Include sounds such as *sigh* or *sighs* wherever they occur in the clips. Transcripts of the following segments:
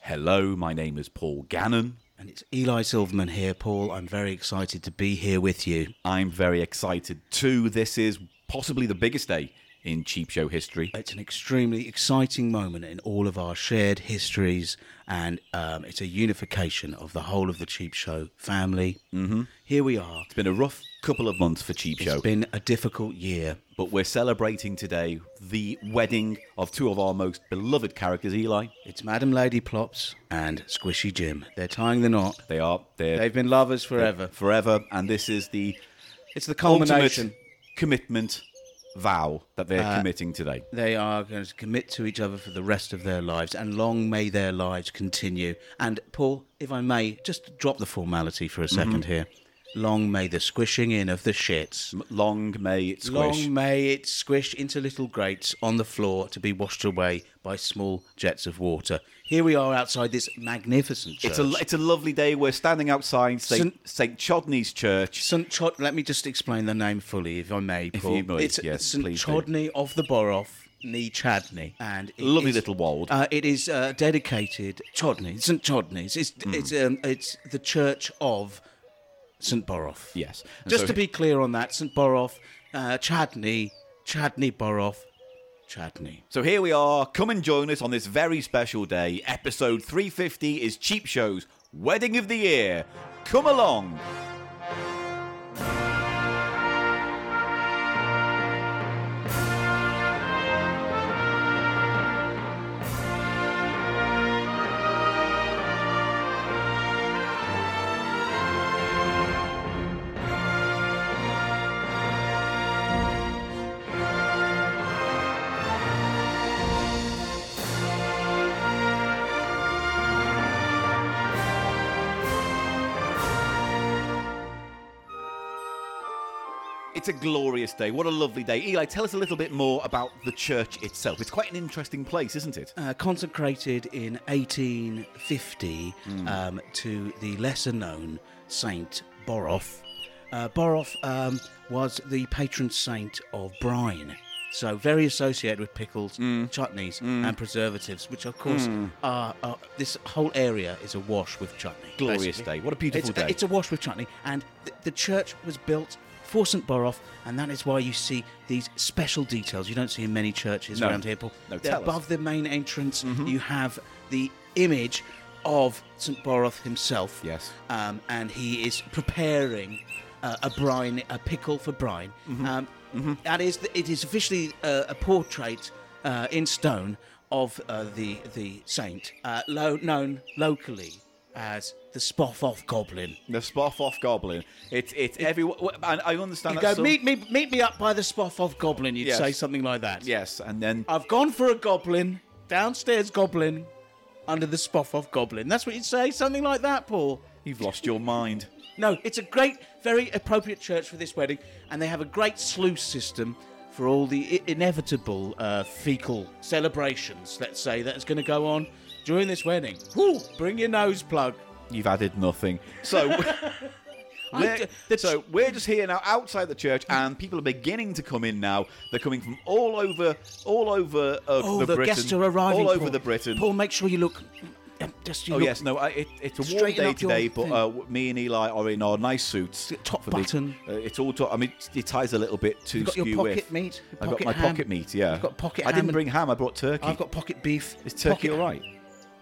Hello, my name is Paul Gannon. And it's Eli Silverman here, Paul. I'm very excited to be here with you. I'm very excited too. This is possibly the biggest day in Cheap Show history. It's an extremely exciting moment in all of our shared histories, and um, it's a unification of the whole of the Cheap Show family. Mm-hmm. Here we are. It's been a rough couple of months for Cheap Show, It's been a difficult year. but we're celebrating today the wedding of two of our most beloved characters, Eli. It's Madam Lady Plops and Squishy Jim. They're tying the knot. They are they're They've been lovers forever. forever, and this is the It's the culmination. Uh, ultimate commitment vow that they're committing today. They are going to commit to each other for the rest of their lives, and long may their lives continue. And Paul, if I may, just drop the formality for a Mm-hmm. 2nd here. Long may the squishing in of the shits. Long may it squish. Long may it squish into little grates on the floor to be washed away by small jets of water. Here we are outside this magnificent church. It's a it's a lovely day. We're standing outside St. St- St. Chodney's Church. St. Chod, let me just explain the name fully, if I may, Paul. you may, it's yes, St. please do. Chodney of the Borough, Nee Chadney. And it Lovely is- little wold. Uh, it is uh, dedicated, Chodney, St. Chodney's. It's, Hmm. it's, um, it's the church of St. Borough. Yes. And Just so- to be clear on that, St. Borough, uh, Chadney, Chadney Borough, Chadney. So here we are. Come and join us on this very special day. Episode 350 is Cheap Show's Wedding of the Year. Come along. It's a glorious day. What a lovely day. Eli, tell us a little bit more about the church itself. It's quite an interesting place, isn't it? uh, consecrated in 1850 Hmm. um, to the lesser known Saint Boroff. Uh, Boroff um, was the patron saint of brine, so very associated with pickles, Hmm. chutneys, and preservatives, which of course are, are. This whole area is awash with chutney. Glorious basically. day. What a beautiful It's- day. It's awash with chutney, and th- the church was built. For St. Borough, and that is why you see these special details you don't see in many churches No. around here, Paul. No, They're tell us. above the main entrance, you have the image of St. Boroth himself. Yes. Um, and he is preparing uh, a brine, a pickle for brine. Um, that is, it is officially uh, a portrait uh, in stone of uh, the the saint, uh, lo- known locally as the Spoff Off Goblin. The Spoff Off Goblin. It's it's everyone. And I understand You that. go, some- meet me, meet me up by the Spoff Off Goblin. You'd Yes. say something like that. Yes, and then I've gone for a goblin, downstairs goblin, under the spoff off goblin. That's what you'd say, something like that, Paul. you've lost your mind. No, it's a great, very appropriate church for this wedding, and they have a great sluice system for all the I- inevitable uh, fecal celebrations, let's say, that is going to go on during this wedding. Whew, bring your nose plug. You've added nothing. So. *laughs* I We're, d- the ch- so we're just here now outside the church, and people are beginning to come in now. They're coming from all over, all over uh, oh, the, the, Britain, guests are arriving. all over Paul. the Britain. Paul, make sure you look. um, Just you oh look yes, no, I, it, it's a warm Straighten day up your today, but thing. uh, me and Eli are in our nice suits. Top for the- button. uh, it's all. To, I mean, it's- it ties a little bit to You've got your skew pocket with. meat, your I got pocket my ham. pocket meat. Yeah, You've got pocket I ham didn't and- bring ham. I brought turkey. I've got pocket beef. Is turkey pocket- all right?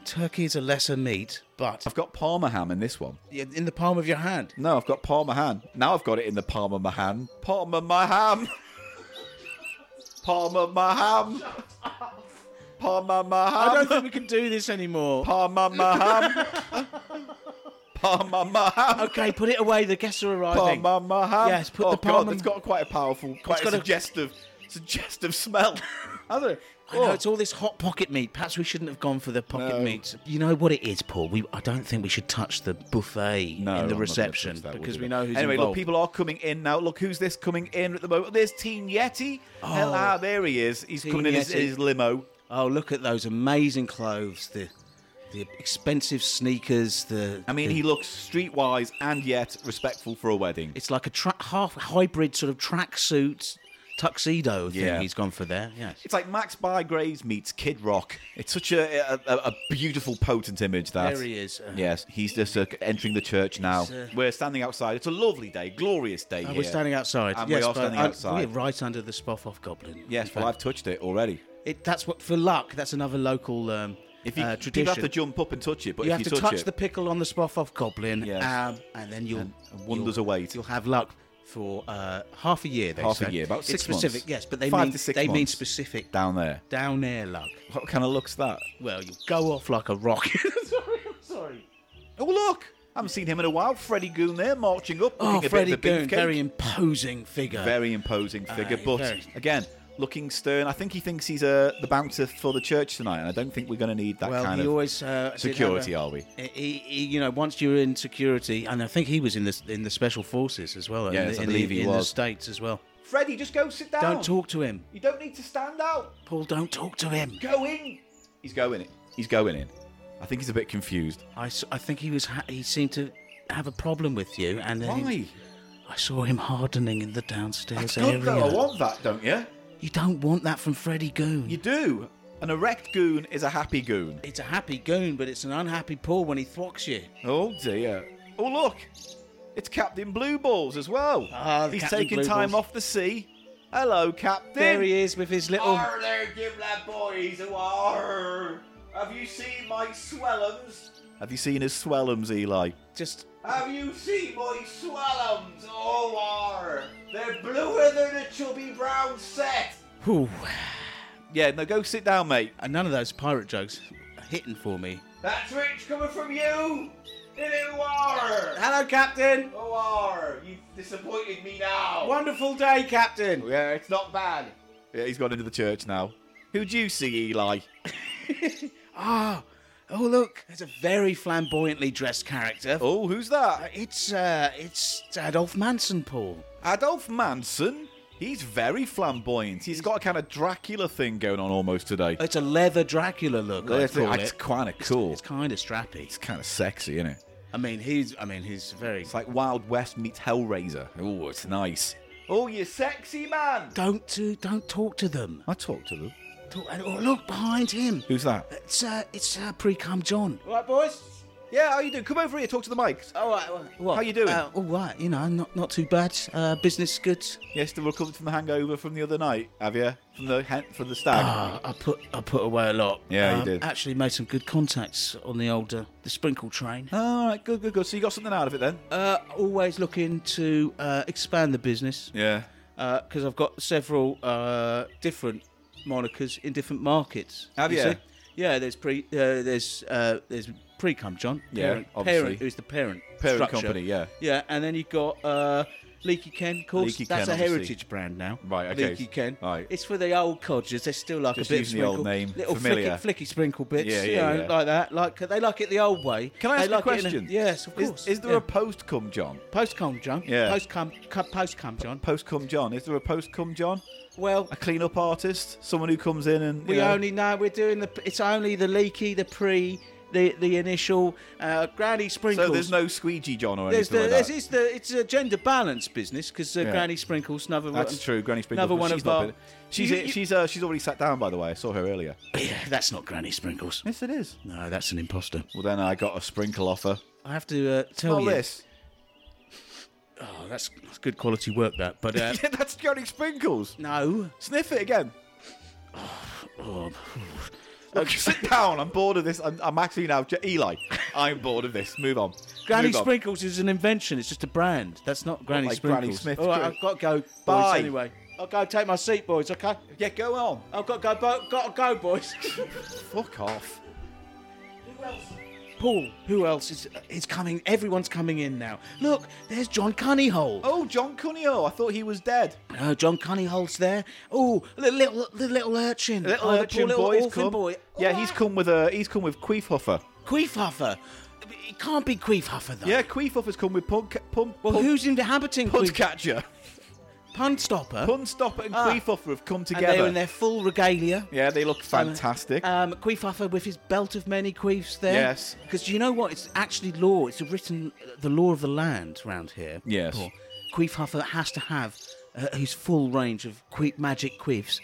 Turkey is a lesser meat, but I've got Parma ham in this one. in the palm of your hand. No, I've got Parma ham. Now I've got it in the palm of my hand. Palm of my ham. palm of my ham. Palm of my I don't ham. think we can do this anymore. *laughs* Palm of my ham. Palm of my ham. *laughs* Okay, put it away. The guests are arriving. Palm of my ham. Yes, put oh, the God, palm that's of- got quite a powerful, quite a got a- suggestive, suggestive smell. Hasn't it? *laughs* I know Oh. it's all this hot pocket meat. Perhaps we shouldn't have gone for the pocket No. meat. You know what it is, Paul. We I don't think we should touch the No, I'm buffet in not the gonna reception touch that, we'll because do we that. know who's anyway, involved. look, people are coming in now. Look, who's this coming in at the moment? There's Teen Yeti. Hell, ah, there he is. He's Teen coming in his, Oh. Yeti. his limo. Oh, look at those amazing clothes. The the expensive sneakers. The I mean, he looks streetwise and yet respectful for a wedding. It's like a tra- half hybrid sort of tracksuit, tuxedo thing Yeah. he's gone for there. Yes. It's like Max Bygraves meets Kid Rock. It's such a a, a, a beautiful, potent image. That There he is. Uh, Yes, he's just uh, entering the church now. uh, We're standing outside. It's a lovely day, glorious day Oh, here. We're standing outside. And we yes, are but standing I'm- outside. We're right under the Spoff Goblin. Yes, In well, I've fact, touched it already. it, that's what for luck. That's another local um, If you uh, people tradition. have to jump up and touch it, but you if have you to touch, touch it, the pickle on the Spoff Goblin, Yes. um, and then you'll wonders you'll- await. You'll have luck for uh, half a year. They Half a say. year, about It's six months. specific, Yes, but they Five mean to six they mean months. specific down there. down air luck. What kind of looks that? Well, you go off like a *laughs* rocket. sorry, I'm sorry. Oh look, I haven't seen him in a while. Freddie Goon there marching up, looking Oh, a Freddie bit of a Goon, beefcake. very imposing figure. Very imposing figure, Aye, but Uh, very. again, looking stern. I think he thinks he's uh, the bouncer for the church tonight, and I don't think we're going to need that well, kind he of always uh, did have security, a- are we? He, he, you know, once you're in security, and I think he was in this in the special forces as well. in Yes, the- I in the- believe he in the was. states as well. Freddie, just go sit down. Don't talk to him, You don't need to stand out. Paul. Don't talk to him. Go in. He's going in. He's going in. I think he's a bit confused. I, s- I think he was ha- he seemed to have a problem with you, and then Why? I saw him hardening in the downstairs It's good area. though. I want that, don't you? You don't want that from Freddy Goon. You do. An erect goon is a happy goon. It's a happy goon, but it's an unhappy Paul when he thwacks you. Oh dear. Oh look, it's Captain Blue Balls as well. Ah, he's Captain taking Blue time Balls. off the sea. Hello, Captain. There he is with his little. Are there Gimlet boys who are? Have you seen my swellums? Have you seen his swellums, Eli? Just Have you seen my swellums? Oh, are they're bluer than a chubby brown set? whew. Yeah, no, go sit down, mate. And none of those pirate jokes are hitting for me. That's rich coming from you. If it were, Hello, Captain. oh, are you've disappointed me now? Wonderful day, Captain. Yeah, it's not bad. Yeah, he's gone into the church now. Who do you see, Eli? Ah, oh look, there's a very flamboyantly dressed character. Oh, who's that? It's uh, it's Adolf Manson, Paul. Adolf Manson. He's very flamboyant. He's got a kind of Dracula thing going on almost today. It's a leather Dracula look. I'd It's, call it's it. kind of cool. It's kind of strappy. It's kind of sexy, isn't it? I mean, he's. I mean, he's very. It's like Wild West meets Hellraiser. Oh, it's nice. Oh, you sexy man. Don't to, don't talk to them. I talked to them. Talk, and- oh, look behind him. Who's that? It's uh, it's uh, pre cum John. Right, boys. Yeah, how you doing? Come over here. Talk to the mics. All right. Well, How you doing? Uh, all right. You know, not not too bad. Uh, business good. You still recovered from the hangover from the other night, have you? From the hen- from the stag. Uh, I put I put away a lot. Yeah, you Um, did. Actually, made some good contacts on the old uh, the sprinkle train. All right, good, good, good. So you got something out of it then? Uh, always looking to uh, expand the business Yeah. because I've got several uh, different monikers in different markets. Have ya? see? Yeah, there's pre uh, there's uh, there's pre cum John. Yeah, parent, obviously. parent who's the parent Parent structure. company, yeah. yeah, and then you've got uh, Leaky Ken. Of course, Leaky that's Ken, a obviously. heritage brand now. Right, okay. Leaky Ken. Right. It's for the old codgers. They're still like Just a bit using of the old sprinkle, name. little Familiar. flicky, flicky sprinkle bits. Yeah, you yeah, know, yeah. like that. Like they like it the old way. Can I ask they you a like it in question? yes, of Is, course. is there yeah. a post cum John? Post cum, John. Yeah. Post cum, cu- post cum, John. Post cum John. Is there a post cum John? Well, A clean up artist? Someone who comes in and you we know- only know we're doing the. It's only the leaky, the pre, the the initial uh, granny sprinkles. So there's no squeegee John or There's anything the, like there's, that. it's the it's a gender balance business because uh, Yeah. Granny Sprinkles another one. That's true. Granny Sprinkles. Another but one she's of not our. been- She's You- it- you- she's uh, she's already sat down by the way. I saw her earlier. Yeah, that's not Granny Sprinkles. Yes, it is. No, that's an imposter. Well, then I got a sprinkle offer. I have to uh, tell Not you. this. Oh, that's, that's good quality work, that. But uh, Yeah, *laughs* that's Granny Sprinkles. no. Sniff it *sighs* again. Oh, Look, sit down. I'm bored of this. I'm, I'm actually now Je- Eli. I'm bored of this. Move on. Granny Move on. Sprinkles is an invention. It's just a brand. That's not Granny like Sprinkles. Granny Smith, All right, true. I've got to go. boys, Bye. Anyway, I'll go take my seat, boys. Okay. Yeah, go on. I've got to Oh, go. Bo- got to go, boys. Fuck off. *laughs* Paul, who else is is coming? Everyone's coming in now. Look, there's John Cunnyhole. Oh, John Cuneo. I thought he was dead. Uh, John Cunnyhole's there. Oh, the little the little urchin. Little Oh, the urchin poor little boy's orphan come. boy. Yeah, he's come with a he's come with Queef Huffer. Queefhuffer. It can't be Queefhuffer though. Yeah, Queef Huffer's come with Punk Pump Well, Pun- who's inhabiting Pun Queef- Catcher. Pun Stopper? Pun Stopper and Ah. Queef Huffer have come and they're together. in their full regalia. yeah, they look fantastic. Um, Queefhuffer with his belt of many queefs there. Yes. Because you know what? It's actually law. It's a written the law of the land round here. Yes. Paul. Queefhuffer has to have uh, his full range of qui- magic quiffs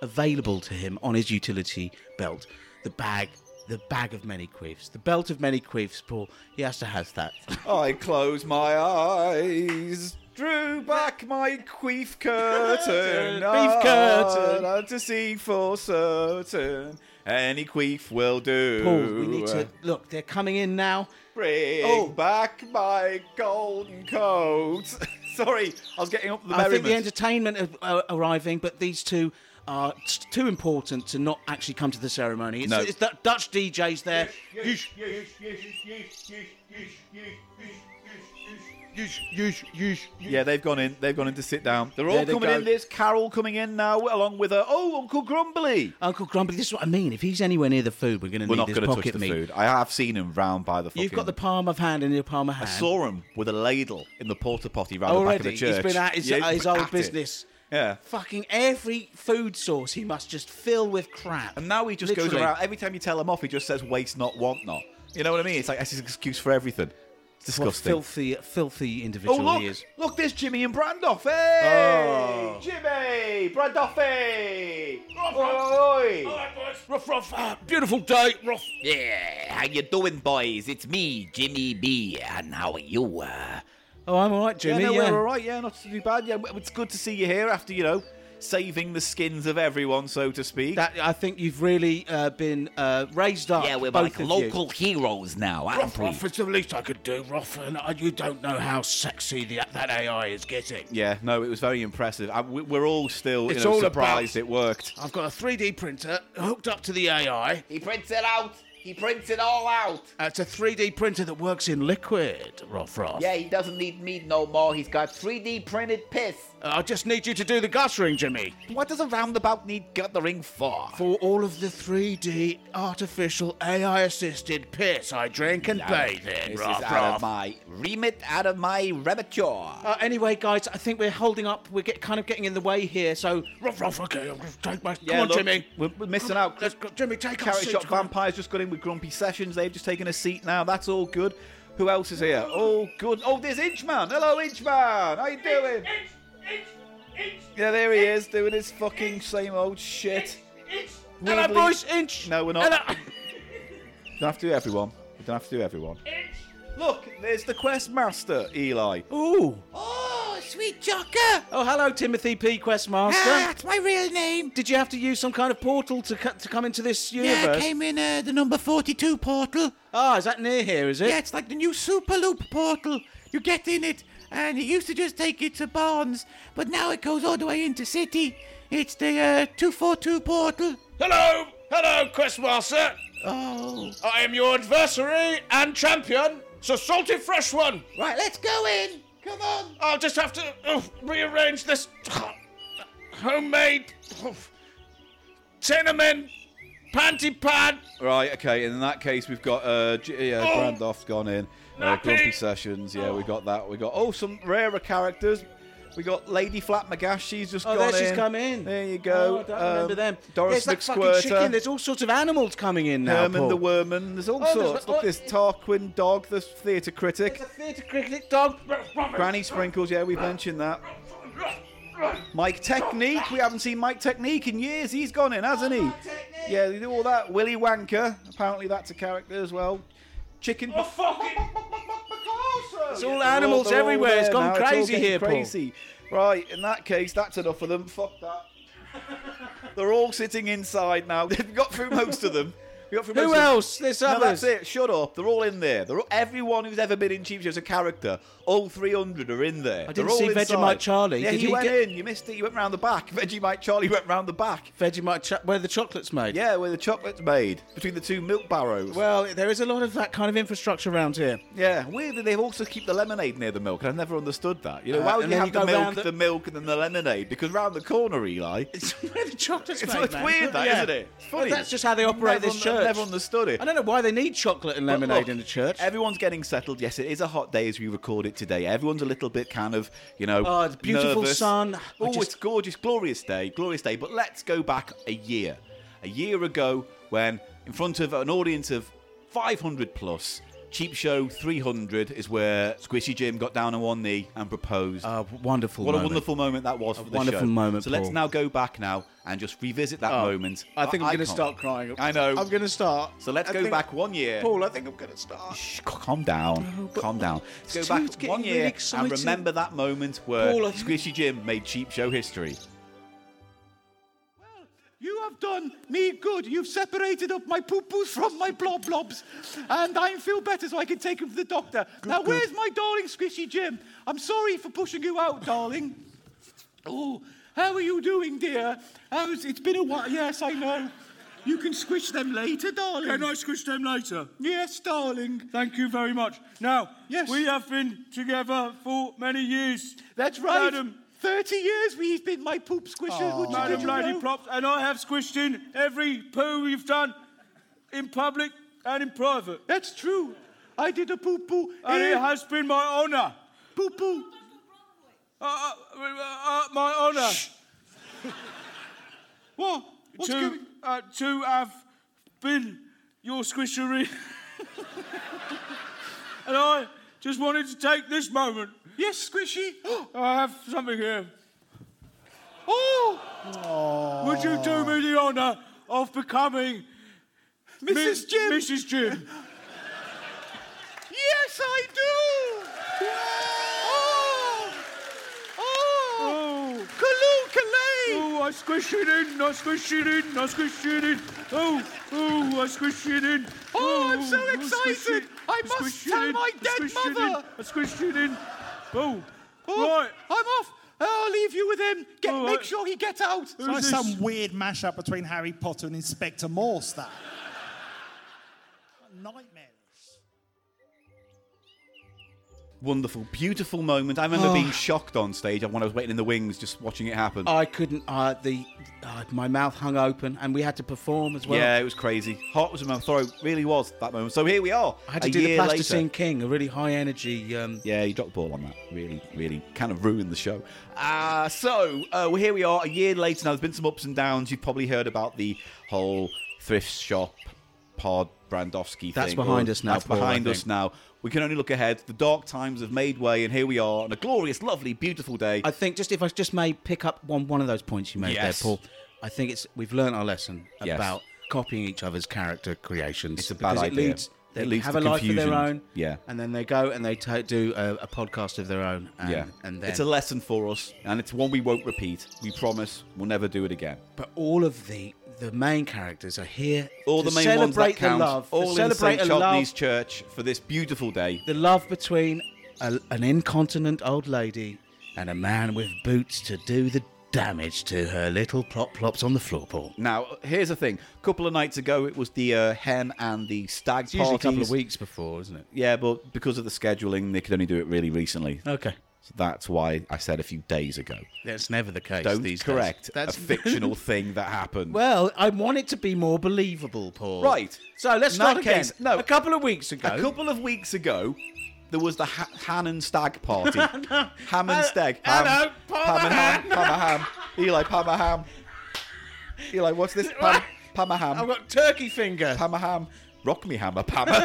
available to him on his utility belt. The bag, the bag of many quiffs, the belt of many quiffs, Paul. He has to have that. I close my eyes, drew back my queef *laughs* curtain, Beef curtain. ah, to see for certain any queef will do. Paul, we need to look. They're coming in now. bring Oh. back my golden coat. *laughs* Sorry, I was getting up the I think the merriment. entertainment are, are arriving, but these two are t- too important to not actually come to the ceremony. It's, No. it's the Dutch DJs there. Yeesh, yeesh, yeesh, yeesh, yeesh, yeesh, yeesh, yeesh, yeesh, yeesh, yeesh, yeesh. Yeah, they've gone in. They've gone in to sit down. They're all There they coming in. go. There's Carol coming in now, along with her. Oh, Uncle Grumbly. Uncle Grumpy, this is what I mean. If he's anywhere near the food, we're going to We're need not this going to touch pocket the meat. food. I have seen him round by the. Fucking... You've got the palm of hand in your palm of hand. saw him with a ladle in the porta potty round the back of Already, the church. he's been at his, Yeah, at his been old at it. business. Yeah. Fucking every food source he must just fill with crap. And now he just goes Literally. around. Every time you tell him off, he just says waste not, want not. You know what I mean? It's like that's his excuse for everything. It's What disgusting. filthy, filthy Oh individual he look! is. Look, there's Jimmy and Brandoff. Hey, Oh. Jimmy, Brandoffy. All Oi. right, boys. Ruff, ruff, ah, beautiful day, ruff. Yeah, how you doing, boys? It's me, Jimmy B, and how are you? Uh, Oh, I'm all right, yeah, Jimmy. no, we're all right. Yeah, not too bad. Yeah, it's good to see you here after you know saving the skins of everyone, so to speak. That I think you've really uh, been uh, raised up. both of you. heroes now, aren't Ruff, Ruff, it's the least I could do, Ruff, and I- you don't know how sexy the, that AI is getting. Yeah, no, it was very impressive. I, we- we're all still It's you know, all surprised about- it worked. I've got a 3D printer hooked up to the AI. He prints it out. He prints it all out. Uh, It's a 3D printer that works in liquid, Ruff, Ruff. Yeah, he doesn't need meat no more. He's got 3D printed piss. Uh, I just need you to do the guttering, Jimmy. What does a roundabout need guttering for? For all of the 3D artificial AI assisted piss I drink and bathe in, This Ruff, is out Ruff. of my remit, out of my repertoire. Uh, anyway, guys, I think we're holding up. We're get, kind of getting in the way here. So, Ruff, Ruff, okay, I'm going to take my. Yeah, come on, look, Jimmy. We're, we're missing out. Let's go, Jimmy, take our Carrot seats, Shop come on. Vampires just got in with Grumpy Sessions. They've just taken a seat now. That's all good. Who else is here? Oh, good. Oh, there's Inchman. Hello, Inchman. How you doing? Yeah, there he is, doing his fucking same old shit. hello, Weirdly- boys. Inch. No, we're not. Hello. Don't have to do everyone. We don't have to do everyone. Look, there's the quest master, Eli. Ooh. Oh, sweet Ah, jocker. Oh, hello, Timothy P. Questmaster. my real name. Did you have to use some kind of portal to cut to come into this universe? in uh, the number 42 portal. Ah, is that near here? Is it? it's like the new Super Loop portal. You get in it, Uh, and it used to just take you to Barnes, but now it goes all the way into City. It's the uh, 242 portal. Hello, hello, Questmaster. Oh. I am your adversary and champion, Sir Salty Fresh One. Right, let's go in. Come on. I'll just have to uh, oh, rearrange this homemade oh, tenement panty pad. Right, okay, and in that case, we've got uh, G- yeah, Oh. Brandoff's gone in. Uh, Nappy. Grumpy Sessions, yeah, we got that. We got, oh, some rarer characters. We got Lady Flat McGash, she's just Oh, gone there she's in. come in. There you Oh, go. I don't Um, remember them. Doris There's that McSquirter. fucking chicken. There's all sorts of animals coming in now. Herman Paul. the Worman. There's all Oh, there's- sorts. Look, oh, there's Tarquin Dog, the theatre critic. There's a theatre cricket dog. Granny Sprinkles, yeah, we've mentioned that. Mike Technique, we haven't seen Mike Technique in years. He's gone in, hasn't Oh, he? Yeah, they do all that. Willy Wanker, apparently that's a character as well. Chicken. *laughs* It's Oh, all animals everywhere. It's gone crazy here, Paul. crazy. Right, in that case, that's enough of them. Fuck *laughs* that. They're all sitting inside now. *laughs* We've got through most of them. We got through most Who of them. else? There's No, others. that's it. Shut up. They're all in there. They're all, everyone who's ever been in Cheap Show's a character. All 300 are in there. I didn't see Vegemite Charlie. Yeah, Did he, he went get- in. You missed it. He went round the back. *laughs* Vegemite Charlie went round the back. Vegemite, cho- where the chocolate's made. Yeah, where the chocolate's made between the two milk barrows. Well, there is a lot of that kind of infrastructure around here. yeah, weirdly they also keep the lemonade near the milk, and I've never understood that. You know, Uh, why would and you then have you the go milk, round the... the- milk, and then the lemonade? Because round the corner, Eli, It's *laughs* where the chocolate's It's- made. it's man. weird that, yeah. isn't it? It's funny. That's just how they operate Never this un- church. never understood it. I don't know why they need chocolate and But lemonade look, in the church. Everyone's getting settled. Yes, it is a hot day as we record it today. Everyone's a little bit kind of, you know, Oh, it's beautiful nervous. sun. I Oh, just- it's gorgeous, glorious day, glorious day. But let's go back a year, a year ago, when in front of an audience of 500 plus, Cheap Show 300 is where Squishy Jim got down on one knee and proposed. A wonderful what a moment. wonderful moment that was for the wonderful show. moment, So let's Paul. now go back now and just revisit that Oh, moment. I think I'm I going to can't. start crying. I know. I'm going to start. So let's I go think- back one year. Paul, I think I'm going to start. Shh, c- calm down. calm down. Let's go Stu's back getting one really year and excited. remember that moment where Paul, I- Squishy Jim made Cheap Show history. You have done me good. You've separated up my poo-poos from my blob blobs. And I feel better so I can take him to the doctor. now, where's my darling Squishy Jim? I'm sorry for pushing you out, darling. Oh, how are you doing, dear? How's, it's been a while. Yes, I know. You can squish them later, darling. Can I squish them later? Yes, darling. Thank you very much. Now, Yes. we have been together for many years. That's right. Madam, 30 years we've been my poop squishers. Would you, did Madam you Lady know? Props, and I have squished in every poo you've done in public and in private. That's true. I did a poo-poo. And Eh, it has been my honour. poo-poo. Uh, uh, uh, uh, my honour *laughs* What? to, What's going uh, to have been your squishery. *laughs* and I just wanted to take this moment. Yes, Squishy. *gasps* I have something here. Oh, Would you do me the honour of becoming Mrs. Miss- Jim. Mrs. Jim. Yes, I do. Oh, oh, *laughs* Oh, Kaloo Kalay. oh, I squish it in, I squish it in, I squish it in. Oh, oh, I squish it in. Oh, I'm so I squish excited. it, I must squish it tell in, my I dead squish it in, mother. I squish it in. Oh, Oh, right. I'm off. I'll leave you with him. Get, Oh, make I- sure he gets out. Who's It's this? like some weird mashup between Harry Potter and Inspector Morse, that. *laughs* Nightmares. Wonderful, beautiful moment. I remember being shocked on stage when I was waiting in the wings, just watching it happen. I couldn't. Uh, the uh, my mouth hung open, and we had to perform as well. yeah, it was crazy. Heart was in my throat. Really was that moment. So here we are. I had to a do the year Plasticine later. King, a really high energy. Um, Yeah, you dropped the ball on that. Really, really kind of ruined the show. Uh, so uh, well, here we are, a year later. Now, there's been some ups and downs. You've probably heard about the whole thrift shop, pod, Brandowski That's thing. behind us now, That's Paul, I behind us think. now. We can only look ahead. The dark times have made way, and here we are on a glorious, lovely, beautiful day. I think just if I just may pick up one one of those points you made Yes. there, Paul. I think it's we've learned our lesson Yes. about copying each other's character creations. It's a bad because idea. It leads, they It leads have to a life of confusion. their own, Yeah. and then they go and they ta do a, a podcast of their own, and, yeah, and then it's a lesson for us, and it's one we won't repeat. We promise we'll never do it again. But all of the the main characters are here. All to the main ones celebrate that count, the love, to all in celebrate St. a love, Chotney's Church for this beautiful day. the love between a, an incontinent old lady and a man with boots to do the damage to her little plop plops on the floor. Paul, Now, here's the thing. A couple of nights ago, it was the uh, hen and the stag it's usually a couple parties. of weeks before, isn't it? Yeah, but because of the scheduling, they could only do it really recently. Okay, So that's why I said a few days ago. that's never the case. Don't these days. correct That's *laughs* a fictional thing that happened. Well, I want it to be more believable, Paul. Right. So let's In that start again. case, no. a couple of weeks ago. a couple of weeks ago, there was the ha- Han and Stag *laughs* party. ham and Uh, Stag. Ham, hello, Palmer Pam and Ham. Pam and Ham. Eli, Pam and Ham. Eli, what's *laughs* this? Pam, Pam and Ham. I've got turkey finger. Pammer ham. Rock me hammer *laughs* pammer.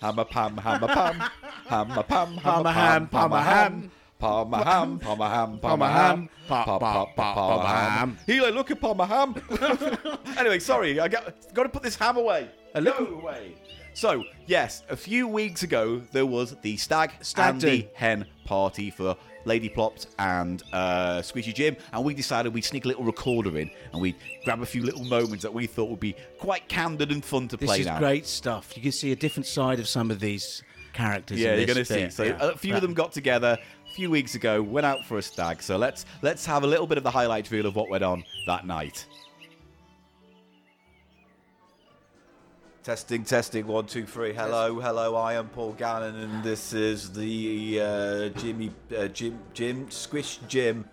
hammer pam hammer pam. Hammer pam hammer Pammer ham, pam. Pammer pammer ham. Pammer ham. Pammer ham. Pammer ham. Pa- Pa- pa- pa- pa- Palmer Palmer ham. ham. Hilo, look at Palmer ham. *laughs* anyway, sorry, I got got to put this ham away. A little- Go away. So yes, a few weeks ago there was the stag, Stag and the do. hen party for Lady Plops and uh, Squeezy Jim, and we decided we'd sneak a little recorder in and we'd grab a few little moments that we thought would be quite candid and fun to This play is now. great stuff. You can see a different side of some of these characters. Yeah, in you're this gonna see. bit. So Yeah. a few of them got together a few weeks ago, went out for a stag. So let's let's have a little bit of the highlight reel of what went on that night. Testing, testing, one, two, three. Hello, hello. I am Paul Gannon, and this is the uh, Jimmy, uh, Jim, Jim, Squish Jim,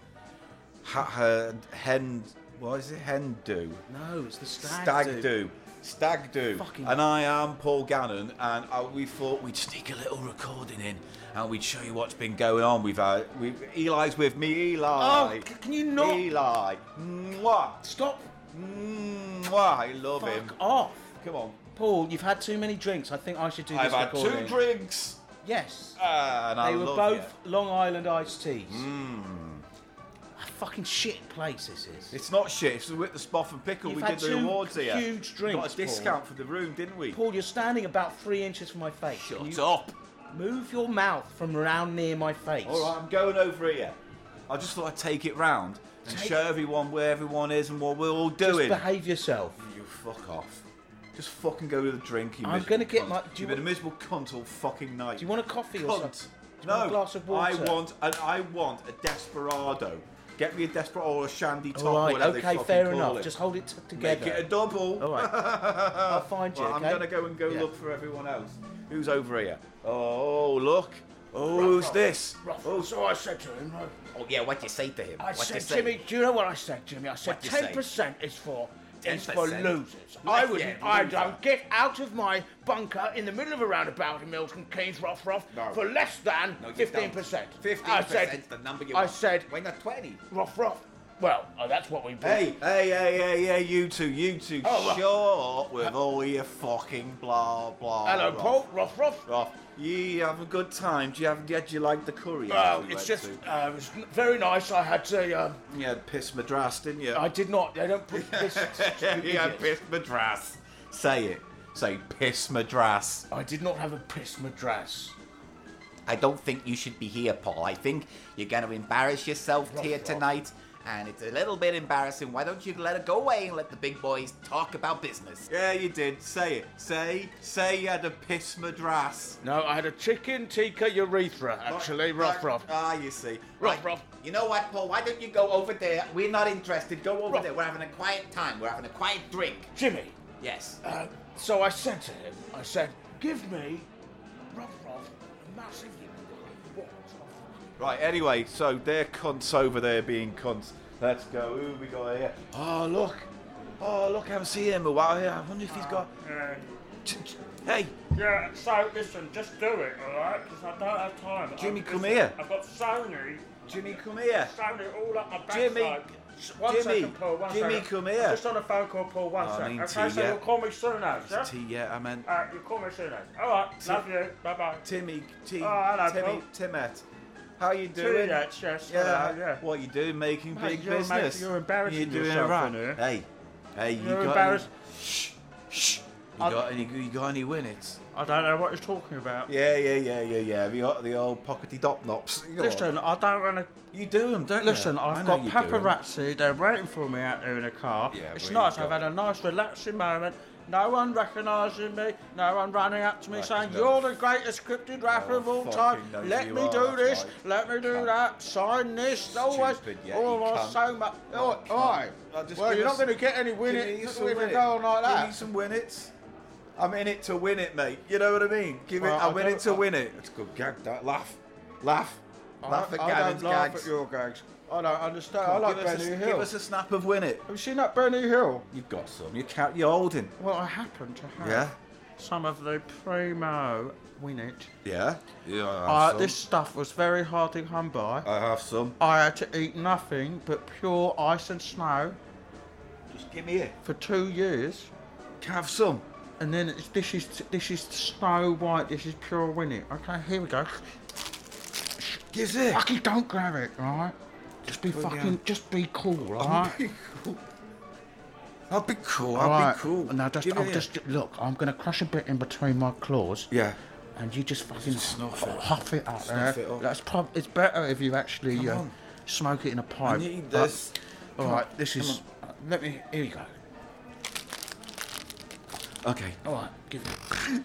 ha, ha, Hen. What is it? Hen do? No, it's the stag, Stag do. do. Stag do. Fucking- And I am Paul Gannon, and I, we thought we'd sneak a little recording in, and we'd show you what's been going on. We've uh, we Eli's with me. Eli. Oh, c- can you not- Eli. Mwah. Stop. Mwah. I love him. Fuck off. Come on. Paul, you've had too many drinks. I think I should do this I've had recording. two drinks. Yes. Ah, and I they were love Hmm. both Long Island iced teas. Mmm. Fucking shit place this you. is. It's not shit. It's with the Spoff and Pickle. You've we had did the two awards here. huge drinks, Got a Paul. discount for the room, didn't we? Paul, you're standing about three inches from my face. Can Shut you up. Move your mouth from around near my face. All right, I'm going over here. I just thought I'd take it round and Take- show everyone where everyone is and what we're all Just doing. behave yourself. You fuck off. Just fucking go to the drink. You I'm miserable gonna get cunt. my- do you You've been a miserable cunt all fucking night. Do you want a coffee or cunt? something? Do you No. want a glass of water? I want and I want a desperado. Get me a desperado or a shandy top. All right. whatever they okay. fucking Fair call enough. it. Just hold it t- together. make it a double. All right. I'll find you. Well, I'm okay? gonna go and go Yeah. look for everyone else. Who's over here? Oh, look. Oh, who's this? Oh, so I said to him, Oh, yeah. What you say to him? I What you said, say? Jimmy, do you know what I said, Jimmy? I said, What'd you say? ten percent is for is for 10%? losers. I Left would, hand I loser. don't get out of my bunker in the middle of a roundabout in Milton Keynes, Rough Rough, No. for less than No, you fifteen don't. percent. 15% 's the number you I want. said, Why not 20? Rough Rough. Well, oh, that's what we. brought. Hey, hey, hey, hey, hey, you two, you two, Oh, right. shut up with all your fucking blah, blah. hello, blah. Paul. Rough Rough. Off. You having a good time? Do you have? Did you like the curry? Well, house we it's went just to? uh, it was n- very nice. I had to. Uh, You had piss madras, didn't you? I *laughs* did not. They don't put this. you you had idiot. piss madras. Say it. Say piss madras. I did not have a piss madras. I don't think you should be here, Paul. I think you're going to embarrass yourself Ruff, here ruff. tonight, and it's a little bit embarrassing. Why don't you let it go away and let the big boys talk about business? Yeah, you did. Say it. Say, say you had a piss madras. No, I had a chicken tikka urethra, actually. Rough, rough. Ah, you see. Ruff, ruff. You know what, Paul? Why don't you go over there? We're not interested. Go over Ruff. there. We're having a quiet time. We're having a quiet drink. Jimmy. Yes. Uh, so I said to him, I said, give me, rough, rough, a massive what? Right, anyway, so they're cunts over there being cunts. Let's go. Who we got here? Oh, look. Oh, look, I haven't seen him in a while. I wonder if he's got. Ch- ch- Hey, Yeah, so listen, just do it, alright? Because I don't have time. Jimmy, I've- come listen, here. I've got Sony, Jimmy, come here. Sony all up my backside. Jimmy, One Jimmy, second, Paul, one Jimmy, second. come I'm here. just on a phone call, Paul, one Oh, I second. mean okay, to, so yeah. you'll call me soon as, yeah? T, yeah, I meant. Alright, you call me soon as. Alright, love you, bye-bye. Timmy, T, Oh, hello, Timmy, Paul. Timet. How you Do doing? that, yes, Yeah, hello, yeah. What you doing? Making Mate, big you're ma- business. you're embarrassing doing yourself alright? in here. Hey, hey, you You're got embarrassed- Any... Shh, shh. You got any? You got any winners? I don't know what you're talking about. Yeah, yeah, yeah, yeah, yeah. Have you got the old pockety dop nops? Go on. Listen, I don't want to. you do them, don't Listen, you? I I've know got you do 'em. paparazzi. They're waiting for me out there in a car. Yeah, it's where you nice. I've got- had a nice, relaxing moment. No one recognising me. No one running up to me Right, saying, no. "You're the greatest scripted rapper No of all Oh, fucking time. knows Let you me are, do that's this. right. Let me do Cunt. that. Sign this. Always. yeah, you oh, I cunt. so much. Oh, Oh, oi. cunt. Uh, just Well, give you're us- not going to get any Give win me it some with win it it. going like Give me that. some win it. I'm in it to win it, mate. You know what I mean? Give Well, it. I'm I in it don't- to I- win it. It's a good gag. That laugh, laugh, laugh at I Gannon's don't laugh gags. at your gags. I don't understand. Come on, I like give, us Benny a, Hill. give us a snap of win it. Have you seen that Benny Hill? You've got some. You count. You're holding. Well, I happen to have Yeah. some of the primo win it. Yeah. Yeah. I have Uh, some. this stuff was very hard to come by. I have some. I had to eat nothing but pure ice and snow Just give me it. for two years, Have some. and then it's, this is this is snow white. This is pure winning. Okay, here we go. Give it. Fucking don't grab it, right? Just be fucking, just be cool, alright? I'll be cool. I'll Alright. be cool. Now just, Give it I'm here. just look. I'm gonna crush a bit in between my claws. Yeah. and you just fucking snuff it. huff it up Snuff there. it up. That's prob- it's better if you actually Come uh, on. smoke it in a pipe. need but- this. all right, this is. Let me. Here you go. Okay. All right. Give it.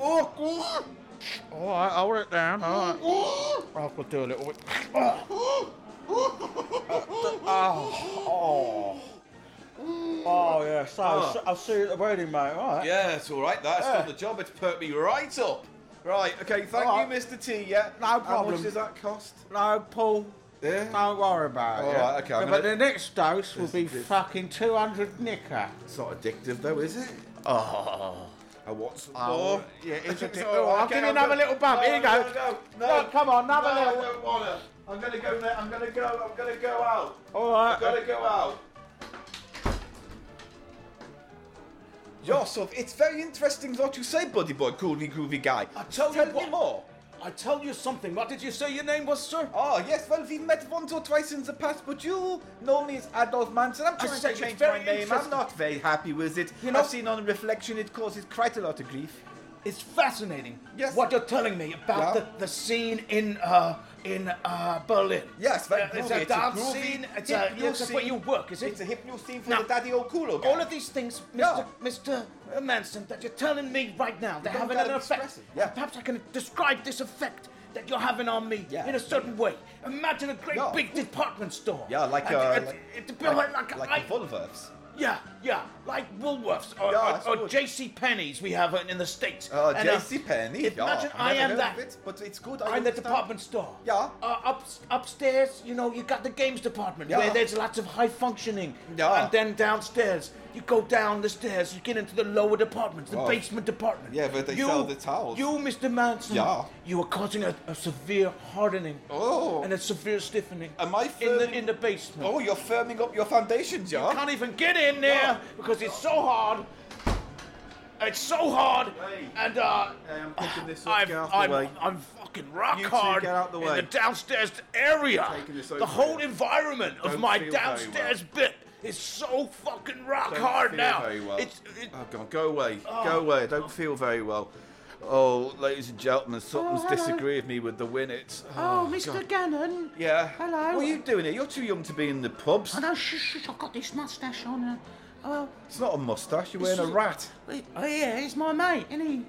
All right, hold it down. All right. I'll have to do a little bit. Oh. Oh. Oh, yeah. So I'll, s- I'll see you at the wedding, mate. All right. Yeah, it's all right. That's done the job. It's perked me right up. Right. Okay. Thank All you, Mr. T. Yeah. No How problem. much does that cost? No, Paul. Yeah. Don't worry about All it. right, okay, I'm but gonna- the next dose will be This- fucking 200 knicker. It's not addictive though, is it? Oh. I want some Oh, more. yeah, it's Okay, a all right, I'll okay, give you I'm another gonna- little bump. No, Here you go. No, no, no. No, come on, another No, I little. don't wanna. I'm gonna go. Now. I'm gonna go. I'm gonna go out. All I'm right. gonna go out. Yourself, it's very interesting what you say, buddy boy, groovy, groovy guy. I tell Tell you me what- more. I tell you something. What did you say your name was, sir? Oh, yes, well, we've met once or twice in the past, but you know me as Adolf Manson. I'm trying said to it's change very my name. I'm interesting. not very happy with it. You know- I've seen on reflection it causes quite a lot of grief. It's fascinating Yes. what you're telling me about Yeah. the, the scene in uh, in uh, Berlin. Yes, very Uh, it's groovy. a It's a dance groovy scene. It's hypno a it's where scene. you work, is it? It's a hypno scene for Now- the Daddy O'Coolo guy. All of these things, Yeah. Mr. Mr. Manson, that you're telling me right now, they're don't having gotta an be effect. stressing. Yeah. Perhaps I can describe this effect that you're having on me Yeah. in a certain way. Imagine a great Yeah. big department store. Yeah, like, And- uh, and like- it- it- like, like I- the Vulverves. yeah, yeah, like Woolworths or, Yeah, I or, or suppose. J.C. Penney's we have in, in the states. Oh, And, uh, JC Penny. Imagine I am that. It, but it's good. I'm I the understand. department store. Yeah. Uh, up, upstairs, you know, you got the games department Yeah. where there's lots of high functioning. Yeah. And then downstairs, you go down the stairs, you get into the lower departments, the Wow. basement department. Yeah, where they you, sell the towels. You, Mr. Manson. Yeah. You are causing a, a severe hardening. Oh. And a severe stiffening. Am I in the firm- in the basement? Oh, you're firming up your foundations, yeah? I can't even get in there No. because it's so hard. It's so hard, Hey. and uh, Hey, I'm picking this up. I'm, Get out the I'm, way. I'm fucking rock You two, hard get out the in way. the downstairs area. taking this over The whole here. environment of Don't my feel very well. downstairs bit is so fucking rock Don't hard feel now. Very well. It's it, oh, God, go away. Oh. Go away. I don't feel very well. Oh, ladies and gentlemen, something's disagreed with me with the Winnets. Oh, Mr. Gannon. Yeah. Hello. What are you doing here? You're too young to be in the pubs. Oh, No, shh, shh, shh, I've got this mustache on. Uh, oh, It's not a mustache. You're wearing a rat. eh, oh, yeah, he's my mate, isn't he?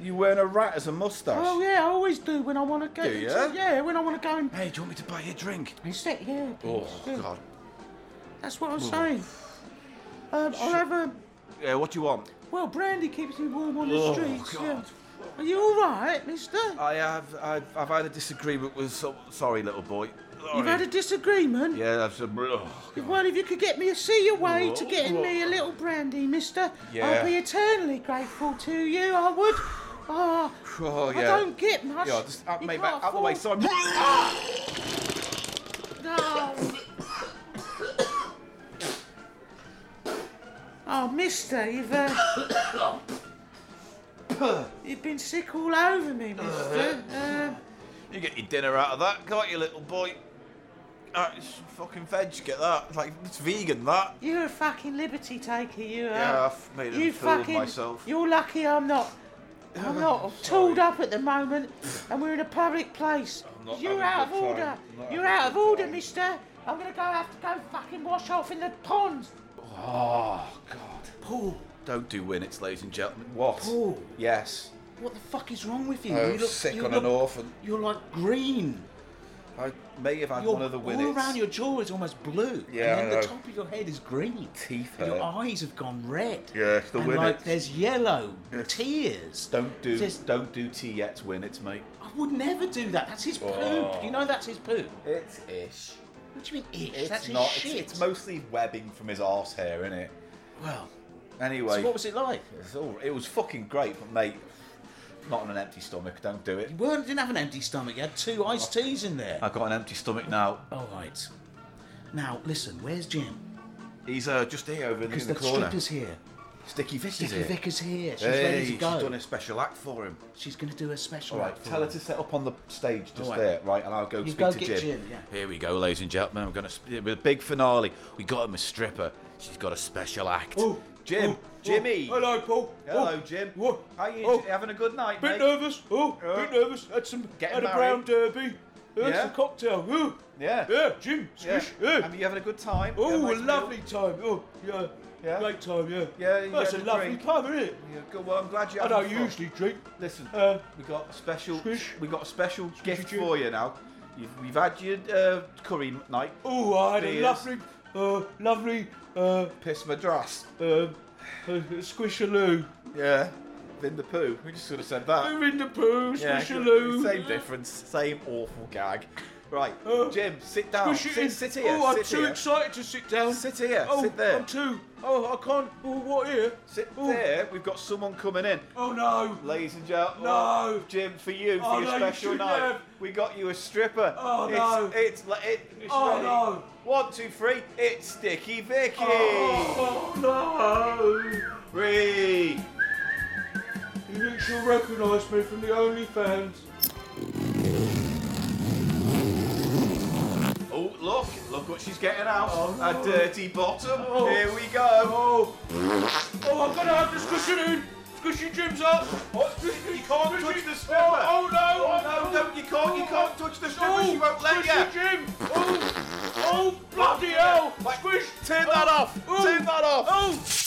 You're wearing a rat as a mustache. Oh, yeah, I always do when I want to go. Do ya? Yeah, when I want to go and Hey, do you want me to buy you a drink? and sit, yeah. Oh, yeah. God. That's what I'm saying. Um, I'll have a. Yeah, what do you want? Well, brandy keeps me warm on the Oh, streets. God. Uh, Yeah. Are you alright, mister? I have, I've, I've had a disagreement with. So, sorry, little boy. You've Sorry. had a disagreement? Yeah, that's a. Oh, Well, if you could get me a see your way to Whoa, getting whoa. me a little brandy, mister, Yeah. I'll be eternally grateful to you. I would. Oh, oh, yeah. I don't get much. Yeah, just out, You mate, can't out the way. afford- Sorry. No. Oh, mister, you've uh, *coughs* you've been sick all over me, mister. Uh, You get your dinner out of that, can't you, little boy? Ah, it's fucking veg, get that. It's Like, it's vegan, that. you're a fucking liberty taker, you are. Yeah, I've made a you fool of fucking, myself. You're lucky I'm not. I'm *sighs* not tooled up at the moment, and we're in a public place. I'm not You're out of having a good order. time. I'm not You're having a out of good order, time. mister. I'm gonna go have to go fucking wash off in the pond. Oh, God. Paul, Don't do winnets, ladies and gentlemen. What? Paul, Yes. what the fuck is wrong with you? Oh, you look sick you on look, an orphan. You're like green. I may have had Your- one of the winnets. all around your jaw is almost blue. Yeah, And I then know. the top of your head is green. Teeth And your hurt. eyes have gone red. Yeah, it's the and winnets. like there's yellow tears. Don't do, Just- don't do tea yet, winnets, mate. I would never do that. That's his poo. Oh. You know that's his poo. It's ish. What do you mean ish? It's that's not. his shit. It's, it's mostly webbing from his arse hair, isn't it? well, Anyway, so what was it like? it's all- it was fucking great, but mate, not on an empty stomach. Don't do it. You weren't, didn't have an empty stomach. You had two iced teas in there. I've got an empty stomach now. All right. Now listen. Where's Jim? He's uh, just here over in Because the the corner. stripper's here. Sticky Vic is Vicky here. Vic is here. She's hey, ready to she's go. done a special act for him. She's going to do a special. All right, act for tell her him. to set up on the stage just All right. there, right? And I'll go You speak go to get Jim. Jim, yeah. Here we go, ladies and gentlemen. We're gonna sp- with a big finale. We got him a stripper. She's got a special act. Oh, Jim, Jimmy. Hello, Paul. Hello, Oh, Jim. Oh, How you oh, having a good night, Bit mate? nervous. Oh, bit Yeah. nervous. Had some. Getting had a married. brown derby. Had Yeah. some cocktail. Oh, Yeah. Yeah, Jim. Yeah. Squish. Yeah. Have you having a good time? Oh, Yeah, nice a meal. lovely time. Oh, yeah. Yeah? Great time, yeah. Yeah, you That's a had a lovely drink. pub, isn't it? Yeah, good. Well, I'm glad you. I don't usually drink. Listen, Uh, we got a special. squish. We got a special gift Jim. for you now. You've, we've had your uh, curry night. Oh, I had Beers. a lovely, uh, lovely, uh, Piss madras. uh, uh, squishaloo. Yeah. Vin the poo. We just sort of said that. I'm in the poo, Yeah, squishaloo. Same difference. Same awful gag. Right, Oh. Jim, sit down. Squish it in. Sit, sit here. Oh, I'm sit too here. excited to sit down. Sit here. Oh, sit there. I'm too. Oh, I can't. Oh, what here? sit oh. there. We've got someone coming in. Oh no. Ladies and gentlemen, No. Jim, for you, for Oh, your no, you special shouldn't night, have. we got you a stripper. Oh, it's, no. It's, li- it- it's Oh, ready. no. One, two, three, it's Sticky Vicky. Oh, no. Three. She'll recognise me from the OnlyFans. Oh, look, look what she's getting out. Oh, a dirty bottom. Here we go. Oh, I'm gonna have this cushion in. Cushion Jim's up. Oh, you can't Touch touch the this. stripper. Oh, oh no! no, no, you can't, you can't touch the stripper. Oh, she won't let Squishy you. Jim! Oh, oh, bloody hell! Like, Squish! Turn that Oh. off. Turn that off. Oh,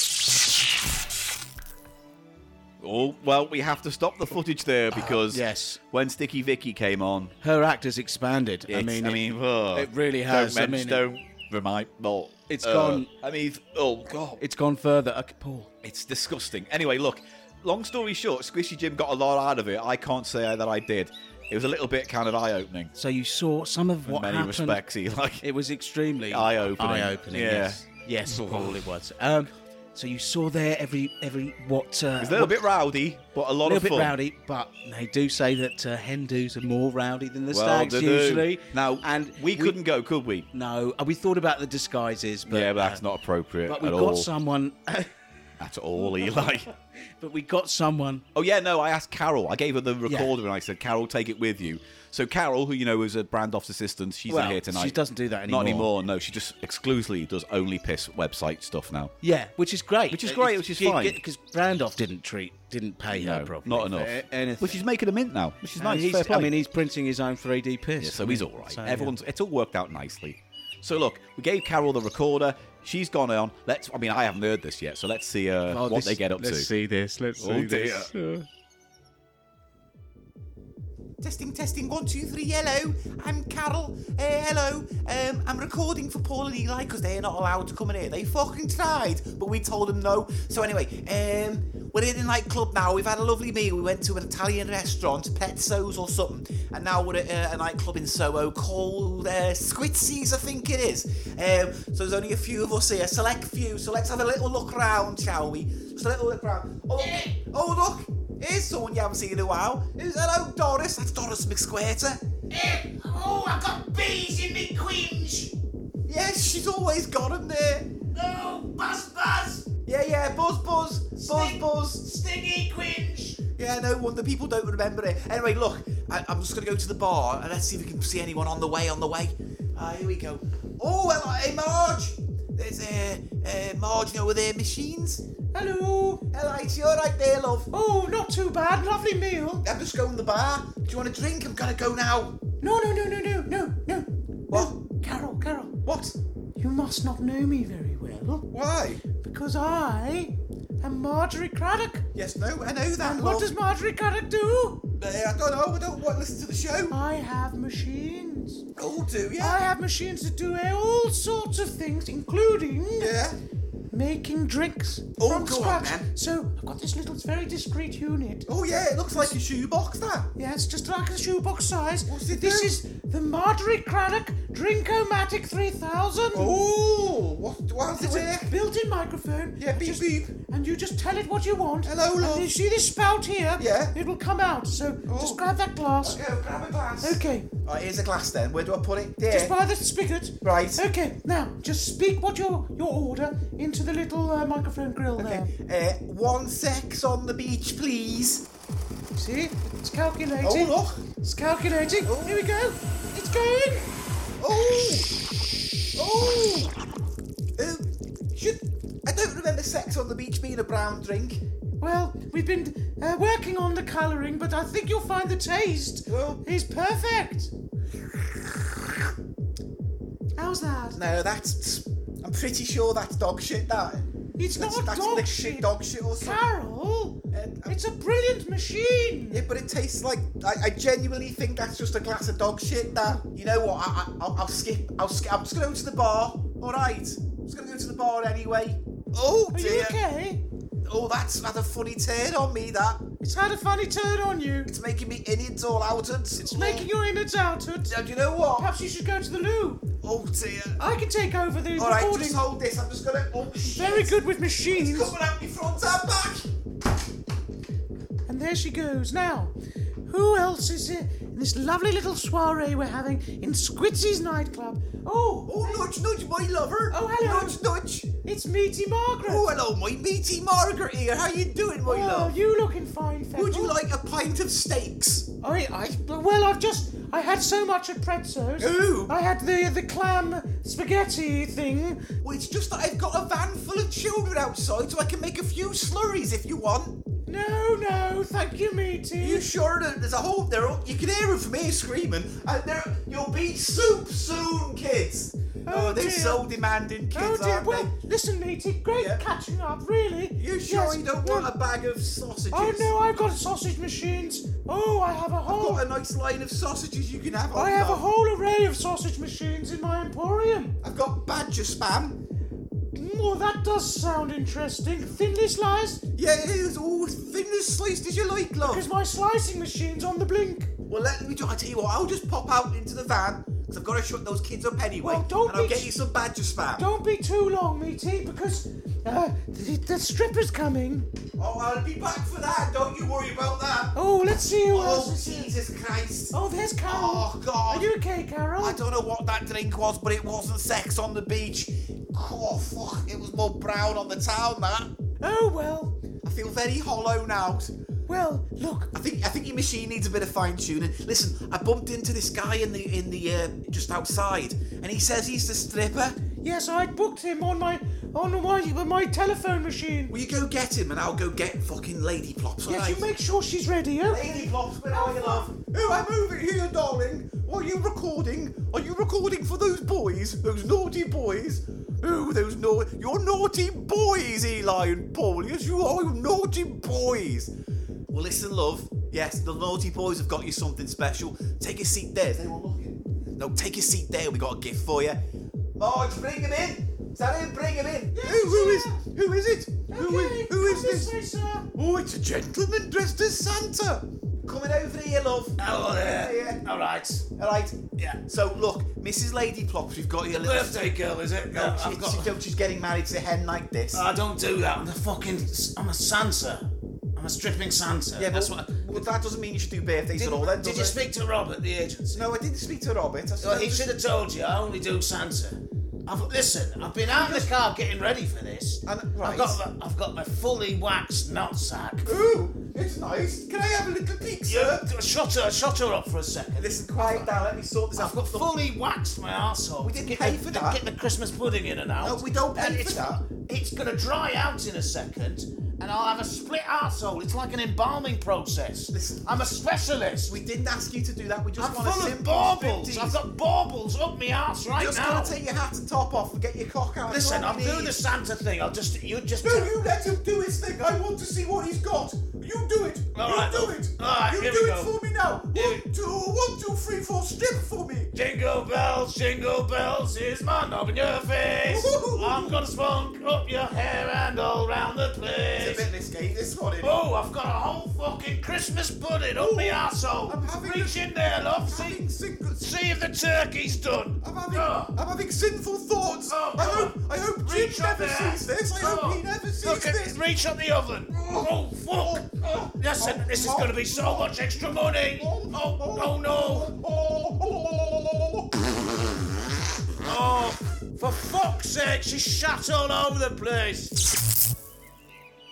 Oh, well, we have to stop the footage there because yes. when Sticky Vicky came on, Her act has expanded. I it's- mean, I it- mean, oh, it really has. I Don't, mean, it- mention, don't remind. Well, It's it's gone- I mean, oh god, it's gone further. Okay, Paul. it's disgusting. Anyway, look. Long story short, Squishy Jim got a lot out of it. I can't say that I did. It was a little bit kind of eye opening So you saw some of in what many happened. respects. He like It was extremely Eye-opening. Eye-opening. Yeah. Oh. Yes. Yes, Paul. It was. Um, so you saw there every every what? Uh, It was a little bit rowdy, but a lot a little of bit fun. rowdy, but they do say that uh, Hindus are more rowdy than the Well, stags they do. usually. Now, and we, couldn't go, could we? No, uh, we thought about the disguises, but yeah, but that's uh, not appropriate But at we've got all. someone. *laughs* At all, Eli. but we got someone. Oh yeah, no. I asked Carol. I gave her the recorder and I said, "Carol, take it with you." So Carol, who you know was a Brandoff's assistant, she's Well, in here tonight. she doesn't do that Not anymore. No, she just exclusively does only piss website stuff now. Yeah, which is great. Which is great, which is fine. Because Brandoff didn't treat, didn't pay her No, properly. not for enough. a- anything. Well, she's making a mint now, which is And nice. he's- fair play. I mean, he's printing his own 3D piss. Yeah, so he's all right. So, yeah. Everyone's it's all worked out nicely. So look, we gave Carol the recorder. She's gone on. Let's. I mean, I haven't heard this yet, so let's see uh, Oh, what this- they get up to. Let's see this. Let's Oh, see dear. this. Uh, Testing, testing, one, two, three, hello. I'm Carol. Uh, hello. Um, I'm recording for Paul and Eli because they're not allowed to come in here. They fucking tried, but we told them no. So anyway, um, we're in a nightclub now. We've had a lovely meal. We went to an Italian restaurant, Petzo's or something, and now we're at uh, a nightclub in Soho called uh, Squitsy's, I think it is. Um, so there's only a few of us here, select few. So let's have a little look round, shall we? Just a little look round. Oh, oh look. Here's someone you haven't seen in a while. Who's hello, Doris? That's Doris McSquirter. Oh, I've got bees in me quinge. Yes, she's always got him there. Oh, buzz, buzz. Yeah, yeah, buzz, buzz, buzz, Snake. buzz. Stingy quinge. Yeah, no wonder people don't remember it. Anyway, look, I, I'm just gonna go to the bar and let's see if we can see anyone on the way. On the way. Ah, here we go. Oh, hello, hey Marge. There's uh, uh, Marge over there, machines. Hello. Hello, it's you all right there, love. Oh, not too bad. Lovely meal. I'm just going to the bar. Do you want a drink? I'm gonna go now. No, no, no, no, no, no, no. What? Carol, Carol, What? you must not know me very well Why? because I am Marjorie Craddock. Yes, no, I know that. And what love. does Marjorie Craddock do? Uh, I don't know. I don't want to listen to the show. I have machines. Oh, do you? I have machines that do all sorts of things, including Yeah. making drinks Oh, from go on, scratch. then. so I've got this little, very discreet unit. Oh, yeah. It looks like a shoebox. That. Yeah, it's just like a shoebox size. What's it this do? is the Marjorie Craddock Drinkomatic 3000. Oh, what? What's it It's there? a built-in microphone. Yeah, I beep, just- beep. And you just tell it what you want. Hello, love. And you see this spout here? Yeah. It will come out. So Oh. just grab that glass. Go grab a glass. Okay. All right, here's a glass then. Where do I put it? There. Just by the spigot. Right. Okay. Now, just speak what your your order into the little uh, microphone grill there. Uh, one sex on the beach, please. See? It's calculating. Oh, It's calculating. Oh. Here we go. It's going. look. Oh. Oh. Um, should I don't remember sex on the beach being a brown drink. Well, we've been uh, working on the colouring, but I think you'll find the taste Well- is perfect. How's that? No, that's. I'm pretty sure that's dog shit. That. It's that's, not that's dog like shit. Dog shit or something. Carol, Uh, it's a brilliant machine. Yeah, but it tastes like I, I genuinely think that's just a glass of dog shit. That you know what? I, I I'll, I'll skip. I'll skip. I'm just gonna go to the bar. All right. I'm just gonna go to the bar anyway. Oh Are dear. you okay? Oh, that's had a funny turn on me. That It's had a funny turn on you. it's making me innards all out. It's It's making your innards outwards. Do you know what? Perhaps you should go to the loo. Oh dear. I can take over the All right, recording. just hold this. I'm just gonna. Oh shit. Very good with machines. It's coming out me front and back. And there she goes. Now, who else is it? this lovely little soiree we're having in Squitsy's nightclub. Oh, oh, nudge, nudge, my lover. Oh, hello, nudge, nudge. It's meaty Margaret. Oh, hello, my meaty Margaret here. How you doing, my oh, love? you looking fine, Feckle. Would you like a pint of steaks? I, I, well, I've just, I had so much at Prezzo's. Ooh. I had the the clam spaghetti thing. Well, it's just that I've got a van full of children outside, so I can make a few slurries if you want. No, no, thank you, meaty. You sure that there's a whole there? You can hear him from here screaming, and there you'll be soup soon, kids. Oh, they're dear. so demanding, Oh kids, dear, aren't well, they? listen, matey, great catching up, really. You sure Yes. you don't No. want a bag of sausages? Oh no, I've got sausage machines. Oh, I have a I've whole. got a nice line of sausages you can have. I have a love. whole array of sausage machines in my emporium. I've got badger spam. Well, that does sound interesting. Thinly sliced? Yeah, it is. Oh, thinly sliced as you like, love. Because my slicing machine's on the blink. Well, let me. do- I tell you what. I'll just pop out into the van because I've got to shut those kids up anyway. Well, Oh, don't and I'll be- get you some badger spam. Don't be too long, matey, because uh, the, the stripper's coming. Oh, I'll be back for that. Don't you worry about that. Oh, let's see who Oh, else is here. Jesus Christ. Oh, there's Carol. Oh, God. Are you okay, Carol? I don't know what that drink was, but it wasn't sex on the beach. Oh, fuck. It was more brown on the town, that. Oh, well. I feel very hollowed out. Well, look. I think I think your machine needs a bit of fine tuning. Listen, I bumped into this guy in the in the uh, just outside, and he says he's the stripper. Yes, I booked him on my on my, my telephone machine. Will you go get him, and I'll go get fucking Lady Plops. Yes, alright? you make sure she's ready, okay? Lady Plops, but I love. Oh, I'm over here, darling. Are you recording? Are you recording for those boys? Those naughty boys? Oh, those no, you're naughty boys, Eli and Paul. Yes, you are, you naughty boys. Well, listen, love. Yes, the naughty boys have got you something special. Take a seat there. Is anyone looking? No, take a seat there. We got a gift for you. Marge, bring him in. Is that him? Bring him in. who, who is? Who is it? Who is? Who Come is this? this way, sir. Oh, it's a gentleman dressed as Santa. Coming over here, love. Hello there. Yeah. All right. All right. Yeah. So look, Mrs. Lady Plops, we've got you a little. Birthday girl, is it? No, No, she, I've got. she- don't- she's getting married to a hen like this. I don't do that. I'm the fucking. I'm a Sansa. I'm a stripping Sansa. yeah, that's but what. well, that doesn't mean you should do birthdays Did, at all. Then did does you it? speak to Robert, the agency? No, I didn't speak to Robert. I Well, said- he should have told you. I only do Sansa. I've, listen, I've been out in the car getting ready for this. And- right. I've got my, I've got my fully waxed nutsack. Ooh, it's nice. Can I have a little peek, Yeah, sir? shut her, shut her up for a second. Listen, quiet down. Let me sort this I've out. got fully waxed my arsehole. We to didn't get pay the, for to that. Get the Christmas pudding in and out. No, we don't pay and for it's, that. It's gonna dry out in a second, and I'll have a split arsehole. It's like an embalming process. Listen. I'm a specialist. We didn't ask you to do that. We just I'm want full a of simple baubles. 50s. I've got baubles up my arse right Just now. gonna take your hat and top off and get your cock out. Listen, That's all I'm we doing need. the Santa thing. I'll just you just. No, you let him do his thing. I want to see what he's got. You do it. All you right, do well, it. all right, you here do we it go. for me now. Here One, we- two, one, two, three, four. Step for me. Jingle bells, jingle bells, here's my knob in your face. I'm gonna spunk up your hair and all round the place. It's a bit risky. This one. Is. Oh, I've got a whole fucking Christmas pudding up my arsehole. I'm having Reach a- in there, love. See, Having single. see if the turkey's done. I'm having, Oh, I'm having sinful thoughts. Oh, I God. hope, I hope Jim reach up never there. sees this. I Oh, hope he never sees Look, this. at, reach up the oven. Oh, fuck. Oh, listen, this is going to be so much extra money. Oh, oh no. Oh, for fuck's sake, she's shat all over the place.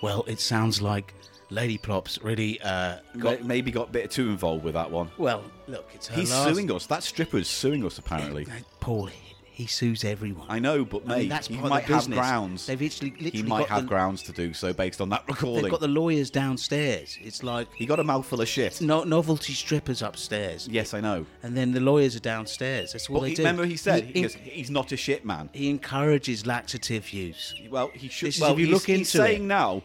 Well, it sounds like Lady Plops really uh, got. Got, maybe got a bit too involved with that one. Well, look, it's her He's last- suing us. That stripper's suing us, apparently. Uh, Paul, he- he sues everyone. I know, but mate, mean, that's he part of might the have business. grounds. They've literally- he literally might got have the- grounds to do so based on that recording. They've got the lawyers downstairs. It's like He got a mouthful of shit. no, novelty strippers upstairs, Yes, I know. and then the lawyers are downstairs. That's all but they he- do. remember, he said he, he, goes, he's not a shit man. he encourages laxative use. Well, he should. This is well, if you he's, look he's into saying it. now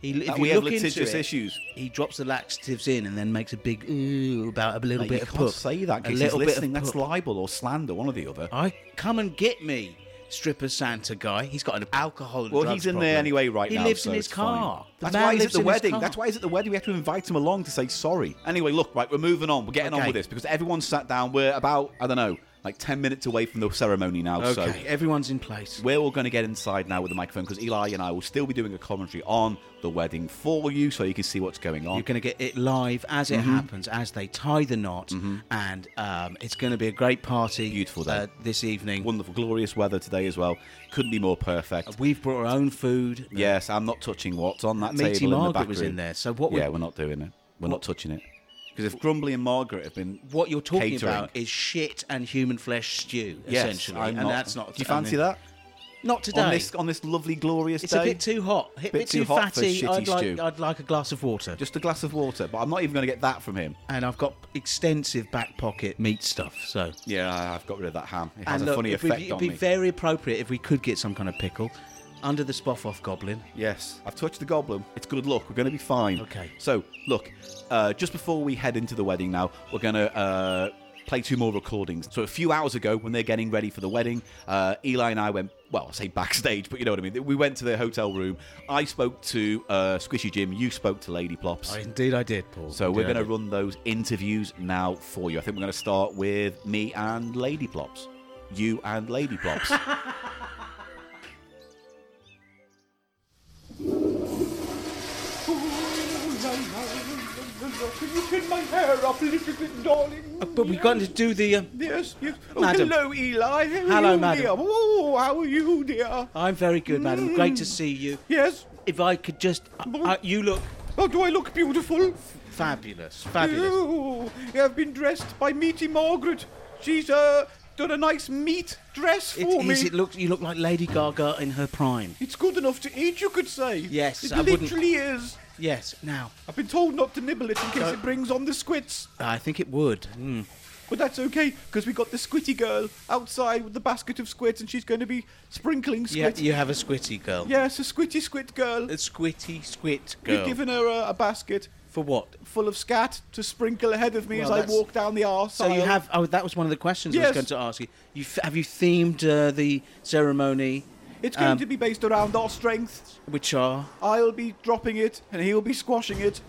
He, if that you we have look into litigious it, issues. he drops the laxatives in and then makes a big ooh about a little Mate, bit you of can't poop. say that a because he's little bit of listening. That's poop. libel or slander, one or the other. I come and get me, stripper Santa guy. He's got an alcohol. And Well, drugs he's in problem. there anyway right he now. He lives so in his it's fine. car. The That's man why he's at lives the in his wedding. car. That's why he's at the wedding. We have to invite him along to say sorry. Anyway, look, right, we're moving on. We're getting on Okay. with this because everyone's sat down. We're about, I don't know, like 10 minutes away from the ceremony now. Okay, So everyone's in place. we're all going to get inside now with the microphone because Eli and I will still be doing a commentary on the wedding for you so you can see what's going on. You're going to get it live as it Mhm. happens, as they tie the knot, Mm-hmm. and um, it's going to be a great party. Beautiful day. Uh, this evening. Wonderful, glorious weather today as well. Couldn't be more perfect. We've brought our own food. Uh, Yes, I'm not touching what's on that Meaty table in the Margaret back was room. in there, so what we- Yeah, we're not doing it. We're not touching it. Because if Grumbly and Margaret have been What you're talking catering, about is shit and human flesh stew, Yes, essentially, I'm and not- that's not. Do you fancy that? Not today. On this, on this lovely, glorious it's day. a bit too hot, a bit, Bit too, too hot for fatty. shitty I'd like, stew. I'd like a glass of water. Just a glass of water, but I'm not even going to get that from him. And I've got extensive back pocket meat stuff, so. Yeah, I- I've got rid of that ham. It has and a look, funny it'd be- effect it'd on be me. very appropriate if we could get some kind of pickle under the spoff off goblin. Yes, I've touched the goblin. It's good luck. We're going to be fine. Okay. So, look, uh, just before we head into the wedding now, we're going to uh, play two more recordings. So, a few hours ago, when they're getting ready for the wedding, uh, Eli and I went, well, I say backstage, but you know what I mean. We went to the hotel room. I spoke to uh, Squishy Jim. You spoke to Lady Plops. I- indeed, I did, Paul. So, we're Indeed I going to did. run those interviews now for you. I think we're going to start with me and Lady Plops. You and Lady *laughs* Plops. Can you pin my hair up a little bit, darling? But we've got to do the. Um, Yes, yes. Oh, Madam. hello, Eli. How are Hello, you, madam. Dear? Oh, how are you, dear? I'm very good, madam. Great to Mm. see you. Yes. If I could just. I- I- you look Oh, do I look beautiful? fabulous. Fabulous. Oh, I've been dressed by Meaty Margaret. She's uh, done a nice meat dress It for me. is. It looks. You look like Lady Gaga in her prime. It's good enough to eat, you could say. Yes, it I wouldn't- literally is. Yes. Now, I've been told not to nibble it in case No. it brings on the squits. I think it would. Mm. But that's okay, because we got the squitty girl outside with the basket of squits, and she's going to be sprinkling Yeah, squit. you have a squitty girl. Yes, a squitty squit girl. A squitty squit We've girl. given her uh, a, a basket for what? full of scat to sprinkle ahead of me Well, as I that's- walk down the arse. So you have. Oh, that was one of the questions I Yes. was going to ask you. you f- have you themed uh, the ceremony? It's going um, to be based around our strengths. Which are? I'll be dropping it, and he'll be squashing it.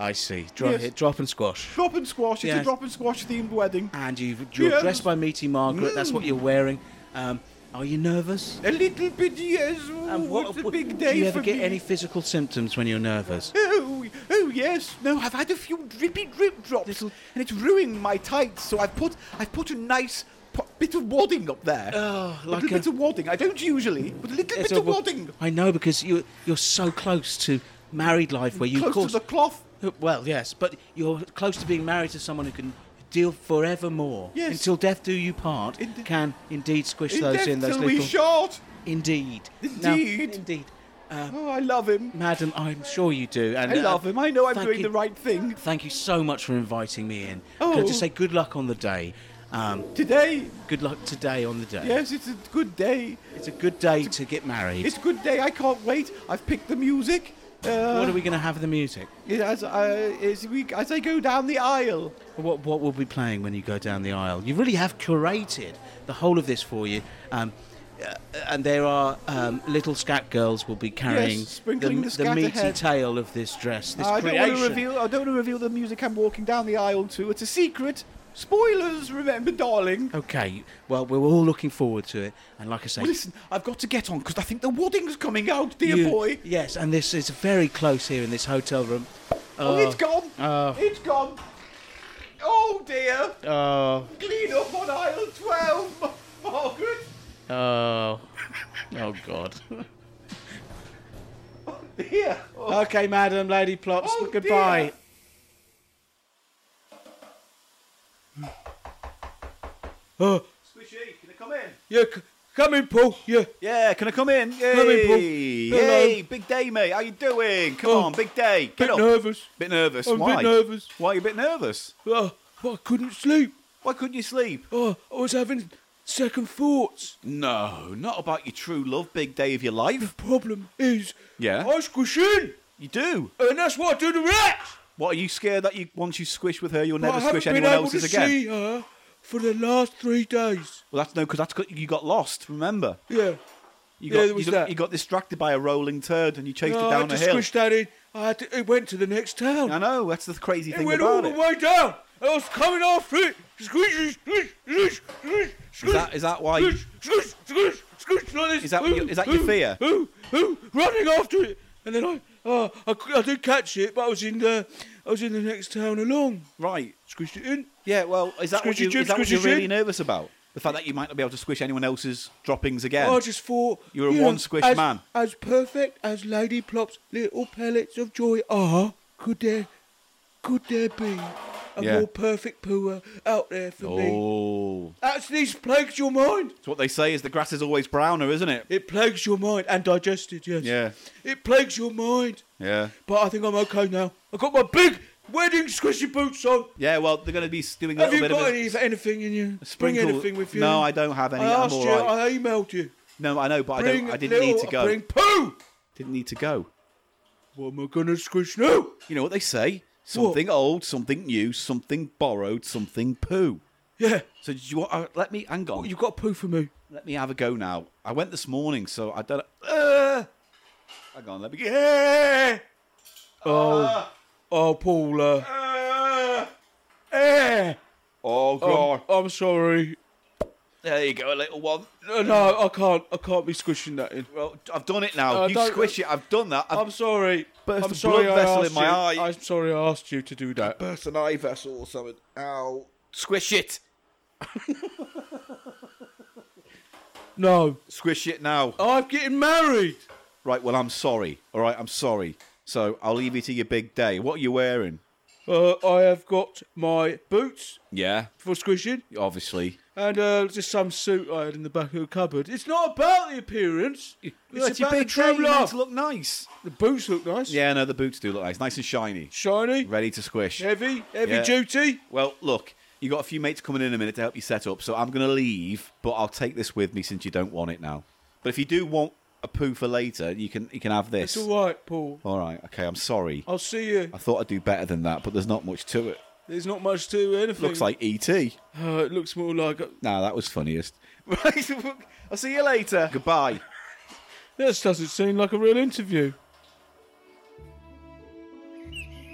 I see. Drop, Yes. drop and squash. Drop and squash. It's Yes. a drop and squash themed wedding. And you've, you're Yes. dressed by Meaty Margaret. That's what Mm. you're wearing. Um, are you nervous? A little bit, yes. And what, Oh, it's a big day Do you ever for get me. any physical symptoms when you're *laughs* nervous? Oh, oh yes. No, I've had a few drippy drip drops, and it's ruined my tights. So I've put I've put a nice po- bit of wadding up there. Oh, like little a- bit of wadding. I don't usually, but a little It's bit a- of wadding. I know because you you're so close to married life where you Close of to course Oh, the cloth. Well, yes, but you're close to being married to someone who can deal forevermore. Yes. Until death do you part. can indeed squish In those death in those till little. we short. Indeed. Now- Indeed. indeed. Uh, oh, I love him. Madam, I'm sure you do. And, I uh, love him. I know I'm thank doing you- the right thing. Thank you so much for inviting me in. Can I Oh. just say good luck on the day? Um, today. Good luck today on the day. Yes, it's a good day. It's a good day to get married. It's a good day. I can't wait. I've picked the music. Uh, what are we going to have the music? it- As, uh, as, we, as I go down the aisle. What what will be playing when you go down the aisle? You really have curated the whole of this for you. Um, uh, and there are um, little scat girls will be carrying sprinkling the scat meaty ahead. tail of this dress, this I creation. don't want to reveal. I don't want to reveal the music I'm walking down the aisle to. It's a secret. Spoilers, remember, darling. Okay, well we're all looking forward to it, and like I say, Well, listen, I've got to get on because I think the wadding's coming out, dear you- boy. Yes, and this is very close here in this hotel room. uh, Oh, it's gone. Oh, It's gone. Oh dear. oh, Clean up on aisle twelve, Ma- Margaret. oh, oh, God. *laughs* Here. Oh, okay, Madam Lady Plops, Oh, goodbye. dear. Oh, Squishy, can I come in? yeah, c- come in, Paul. Yeah. Yeah, can I come in? Yay. Come in, Paul. Yay, big day, mate. How you doing? Come Oh, on, big day. Get Bit up. nervous. Bit nervous. I'm a bit Why? nervous. Why are you a bit nervous? Oh, but I couldn't sleep. Why couldn't you sleep? Oh, I was having second thoughts. No, not about your true love, big day of your life. Problem is, Yeah, I squish in, you do. and that's what I do to rats. What are you scared that you once you squish with her, you'll But never I haven't squish been anyone able else's to again? see her for the last three days. Well, that's no, because that's 'cause you got lost. Remember, Yeah. you Yeah, got there was you, that. you got distracted by a rolling turd and you chased No, it I down had a to hill. squish that in. I had to, it went to the next town. I know that's the crazy it thing went about all it. the way down. I was coming after it, Squish, squish, squish, squish, Is that- is that why- Squish, squish, squish, squish, like this. Is that what you- is that your fear? Ooh, ooh, running after it. And then I, oh, I, c- I did catch it, but I was in the, I was in the next town along. Right. Squished it in. Yeah, well, Is that what, squished you, it in, is that what squished you're it in. really nervous about? The fact that you might not be able to squish anyone else's droppings again. I Oh, just thought You're a you know, one squish as- man. As perfect as Lady Plop's little pellets of joy are, could there, could there be a Yeah. more perfect pooer out there for me? Oh. That's these plagues your mind. It's what they say is the grass is always browner, isn't it? It plagues your mind and digested. Yes. Yeah. It plagues your mind. Yeah. But I think I'm okay now. I got my big wedding squishy boots on. Yeah, well, they're going to be s- doing a Have little you bit got of a, any, anything in you? Bring sprinkle- anything with you? No, I don't have any. I I'm asked all you. right. I emailed you. No, I know, but I bring don't. I didn't need little- to go. Bring poo. Didn't need to go. What am I gonna squish now? You know what they say? Something old, something new, something borrowed, something poo. Yeah. So do you want? Uh, let me hang on. You've got poo for me. Let me have a go now. I went this morning, so I don't. Uh, hang on. Let me. Yeah. Oh, oh, Paula. Eh. Uh, Oh I'm, God. I'm sorry. There you go, a little one. No, no, I can't. I can't be squishing that in. Well, I've done it now. I you don't- squish it. I've done that. I've I'm sorry. burst I'm a sorry. blood I vessel asked in my you. eye. I'm sorry. I asked you to do that. burst an eye vessel or something. Ow. Squish it. No, Squish it now. I'm getting married. Right, well, I'm sorry. All right, I'm sorry. So I'll leave you to your big day. What are you wearing? Uh, I have got my boots Yeah, for squishing obviously. and uh, just some suit I had in the back of the cupboard. It's not about *laughs* the appearance. It's, about the day, true you meant love. to look nice. The boots look nice. Yeah, no, the boots do look nice. Nice and shiny. Shiny, Ready to squish. heavy, heavy Yeah. duty. Well, look, you got a few mates coming in a minute to help you set up, so I'm going to leave, but I'll take this with me since you don't want it now. But if you do want a poo for later, you can you can have this. It's all right, Paul. all right, okay, I'm sorry. I'll see you. I thought I'd do better than that, but there's not much to it. There's not much to anything. Looks like E.T. Uh, it looks more like. A, Nah, that was funniest. Right, I'll see you later. Goodbye. this doesn't seem like a real interview.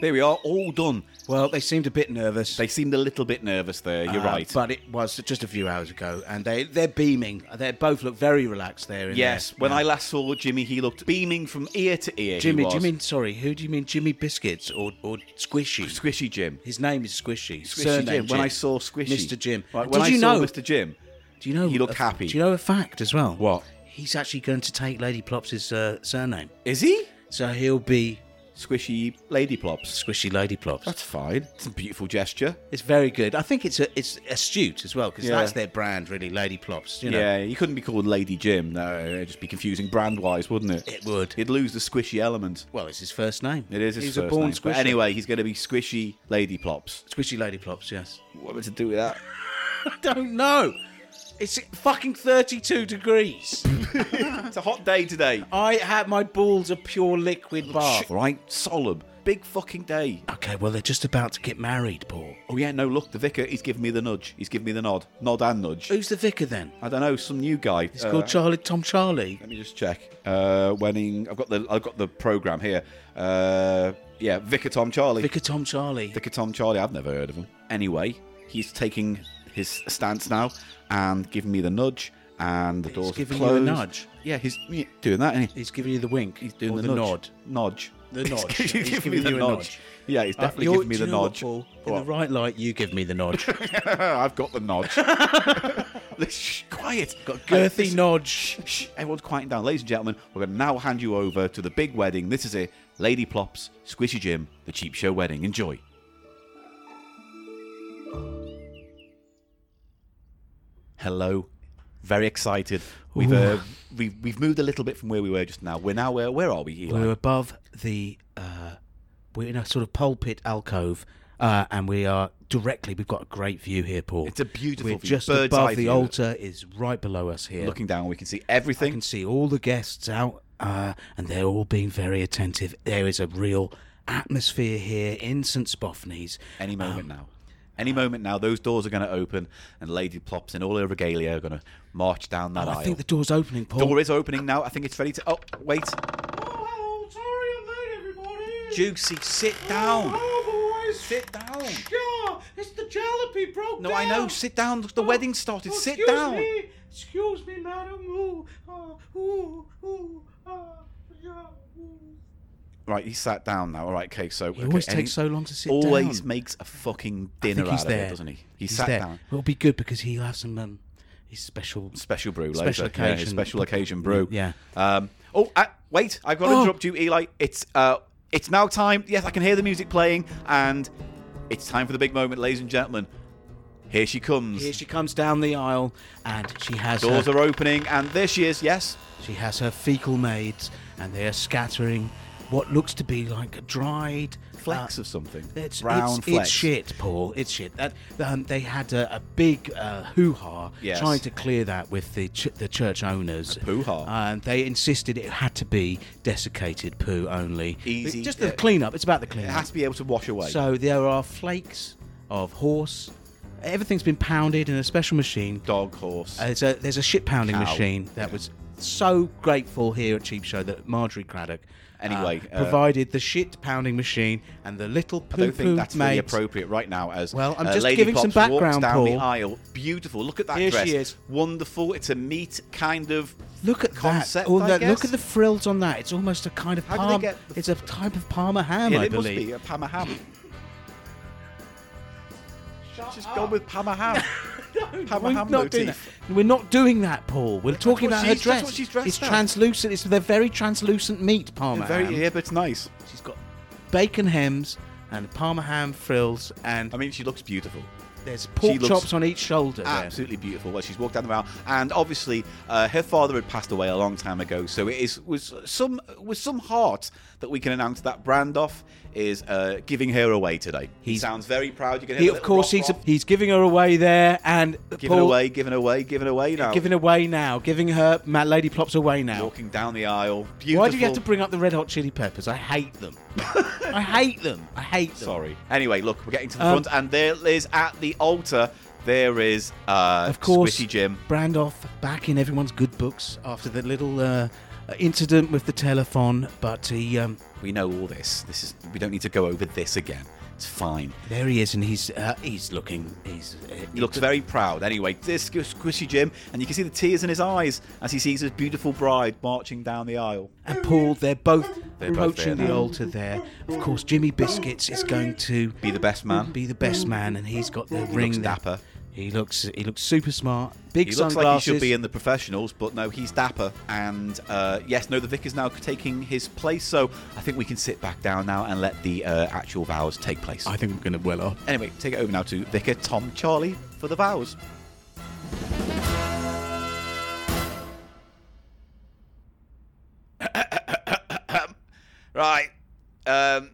There we are, all done. Well, they seemed a bit nervous. They seemed a little bit nervous there. You're Uh, right. But it was just a few hours ago, and they, they're beaming. They both look very relaxed there. In yes, there. when Yeah. I last saw Jimmy, he looked beaming from ear to ear. he Jimmy, do you was. mean, sorry, who do you mean, Jimmy Biscuits or, or Squishy? Squishy Jim? His name is Squishy. Squishy Jim. Surname When I saw Squishy, Mr. Jim. Right, Did when I you saw know? Mr. Jim, Do you know? he looked a- happy. Do you know a fact as well? What? He's actually going to take Lady Plops' uh, surname. is he So he'll be Squishy Lady Plops? Squishy Lady Plops. That's fine. It's a beautiful gesture. It's very good. I think it's a, it's astute as well because Yeah. that's their brand, really. Lady Plops. You know? Yeah, he couldn't be called Lady Jim. No, it'd just be confusing brand-wise, wouldn't it? It would. He'd lose the squishy element. Well, it's his first name. It is his He's first a born name. squishy. But anyway, he's going to be Squishy Lady Plops. Squishy Lady Plops. Yes. *laughs* What am I to do with that? I don't know. It's fucking *laughs* 32 degrees. it's a hot day today. I had my balls a pure liquid bath. Bath, Oh, right? Solemn. Big fucking day. Okay, well, they're just about to get married, Paul. Oh yeah, no, look, the vicar, he's given me the nudge. He's given me the nod. Nod and nudge. Who's the vicar then? I don't know, some new guy. It's called Charlie Tom Charlie. Let me just check. Uh wedding I've got the I've got the programme here. Uh yeah, Vicar Tom Charlie. Vicar Tom Charlie. Vicar Tom Charlie, I've never heard of him. Anyway, he's taking his stance now and giving me the nudge and the doors are giving you a closed. nudge? Yeah, he's yeah, doing that, isn't he? He's giving you the wink. He's doing or the, the nudge. nod. The nudge. *laughs* He's, He's giving giving me the you a nudge. nudge. Yeah, he's Uh, definitely you're- giving me do the you know what, nudge. Paul? In the What? right light, you give me *laughs* the nudge. I've got the nod. *laughs* *laughs* Shh, quiet. Got Girthy *laughs* nudge. Shh, shh, everyone's quieting down. Ladies and gentlemen, we're going to now hand you over to the big wedding. This is it. Lady Plops, Squishy Jim, the Cheap Show wedding. Enjoy. Hello. Very excited. We've, uh, we've we've moved a little bit from where we were just now. We're now where where are we? Eli? We're above the. Uh, we're in a sort of pulpit alcove, uh, and we are directly. We've got a great view here, Paul. It's a beautiful We're view, just bird's eye above the view. altar. Is right below us here. looking down. We can see I everything. can see all the guests out, uh, and they're all being very attentive. There is a real atmosphere here in St. Spoffney's. Any moment now. Any moment now, those doors are going to open, and Lady Plops in all her regalia are going to march down that Oh, aisle. I think the door's opening, Paul. Door is opening now. I think it's ready to. Oh, wait. Oh, hello. Sorry I'm late, everybody. Juicy, sit down. Oh, boys, Just sit down. Sure, it's the jalopy broke No, down. I know. Sit down. Look, the wedding started. Oh, sit excuse down. Me. Excuse me, madam. Ooh, ah, ooh, ooh, ah, yeah, ooh. Right, he sat down now. All right, okay. So He always takes so long to sit always Always down. makes a fucking I dinner think he's out there, of it, doesn't he? He he's sat there. down. It'll be good because he'll have some um, his special Special brew special later. Yeah, his occasion, special occasion brew. Yeah. Um, oh, uh, wait! I've got to Oh. interrupt you, Eli. It's uh, it's now time. Yes, I can hear the music playing, and it's time for the big moment, ladies and gentlemen. Here she comes. Here she comes down the aisle, and she has Doors her, are opening, and there she is. Yes. she has her fecal maids, and they are scattering what looks to be like a dried uh, Flecks of something. It's, Brown it's, flecks. It's shit, Paul. It's shit. That um, they had a, a big uh, hoo ha Yes. trying to clear that with the ch- the church owners. Hoo ha. And they insisted it had to be desiccated poo only. Easy, Just the yeah. cleanup. It's about the cleanup. It has to be able to wash away. So there are flakes of horse. Everything's been pounded in a special machine. Dog, horse. Uh, there's, a, there's a shit pounding Cow. machine that was so grateful here at Cheap Show that Marjorie Craddock. uh, Anyway, uh, provided the shit pounding machine and the little I poo don't poo think that's really maids. appropriate right now. As Well, I'm uh, just Lady giving some Pops walks background, down the Paul. aisle. Beautiful. Look at that Here dress. she is. Wonderful. It's a meat kind of Look at concept. that! Oh, I that- guess. look at the frills on that. It's almost a kind of How do they palm. get it's a type of Parma ham, Yeah, I it must believe. be a Parma ham. Just gone with Parma *laughs* ham. Parma We're ham not doing motif. that. We're not doing that, Paul. We're talking what about her she's- that's dress. what she's dressed it's as. translucent. It's they're very translucent meat Parma Yeah, very- ham. yeah, but it's nice. She's got bacon hems and Parma ham frills, and I mean, she looks beautiful. There's pork chops on each shoulder. there. Absolutely beautiful. Well, she's walked down the aisle, and obviously uh, her father had passed away a long time ago. So it is was some with some heart that we can announce that Brandoff is uh, giving her away today. he He's- sounds very proud. You can hear He, the of little course, rock he's he's giving her away there, and Giving Paul, away, giving away, giving away now. giving away now, giving her Matt Lady Plops away now. Walking down the aisle. Beautiful. Why do you have to bring up the Red Hot Chili Peppers? I *laughs* hate them. I hate them. I hate them. Sorry. Anyway, look, we're getting to the Um, front, and there is at the altar. There is uh, Of course, Squishy Jim. Brandoff back in everyone's good books after the little uh, incident with the telephone, but he um, We know all this. This is. We don't need to go over this again. It's fine. there he is, and he's uh, he's looking. He's uh, He looks very proud. Anyway, this is Squishy Jim, and you can see the tears in his eyes as he sees his beautiful bride marching down the aisle. and Paul. They're both They're both approaching there the now. altar there. Of course, Jimmy Biscuits is going to be the best man. Be the best man, and he's got the He ring. looks there. dapper. He looks he looks super smart. Big he looks sunglasses. like he should be in the professionals, but no, he's dapper. And uh, yes, no, the vicar's now taking his place, so I think we can sit back down now and let the uh, actual vows take place. I think we're going to well up. Anyway, take it over now to Vicar Tom Charlie for the vows. *coughs* right. Um,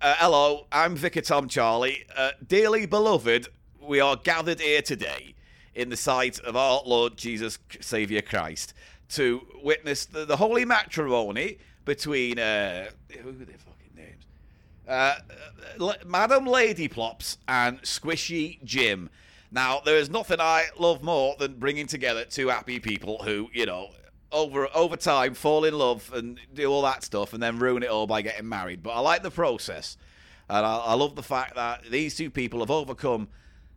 uh, hello, I'm Vicar Tom Charlie. Uh, dearly beloved, we are gathered here today in the sight of our Lord Jesus Saviour Christ to witness the, the holy matrimony between. Uh, who are their fucking names? uh, L- Madam Lady Plops and Squishy Jim. Now, there is nothing I love more than bringing together two happy people who, you know, over over time fall in love and do all that stuff and then ruin it all by getting married. But I like the process, and I, I love the fact that these two people have overcome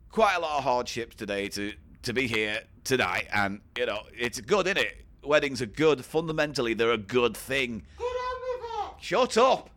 quite a lot of hardships today to to be here tonight. And you know, it's good, isn't it? Weddings are good. Fundamentally, they're a good thing. Get on with it! Shut up!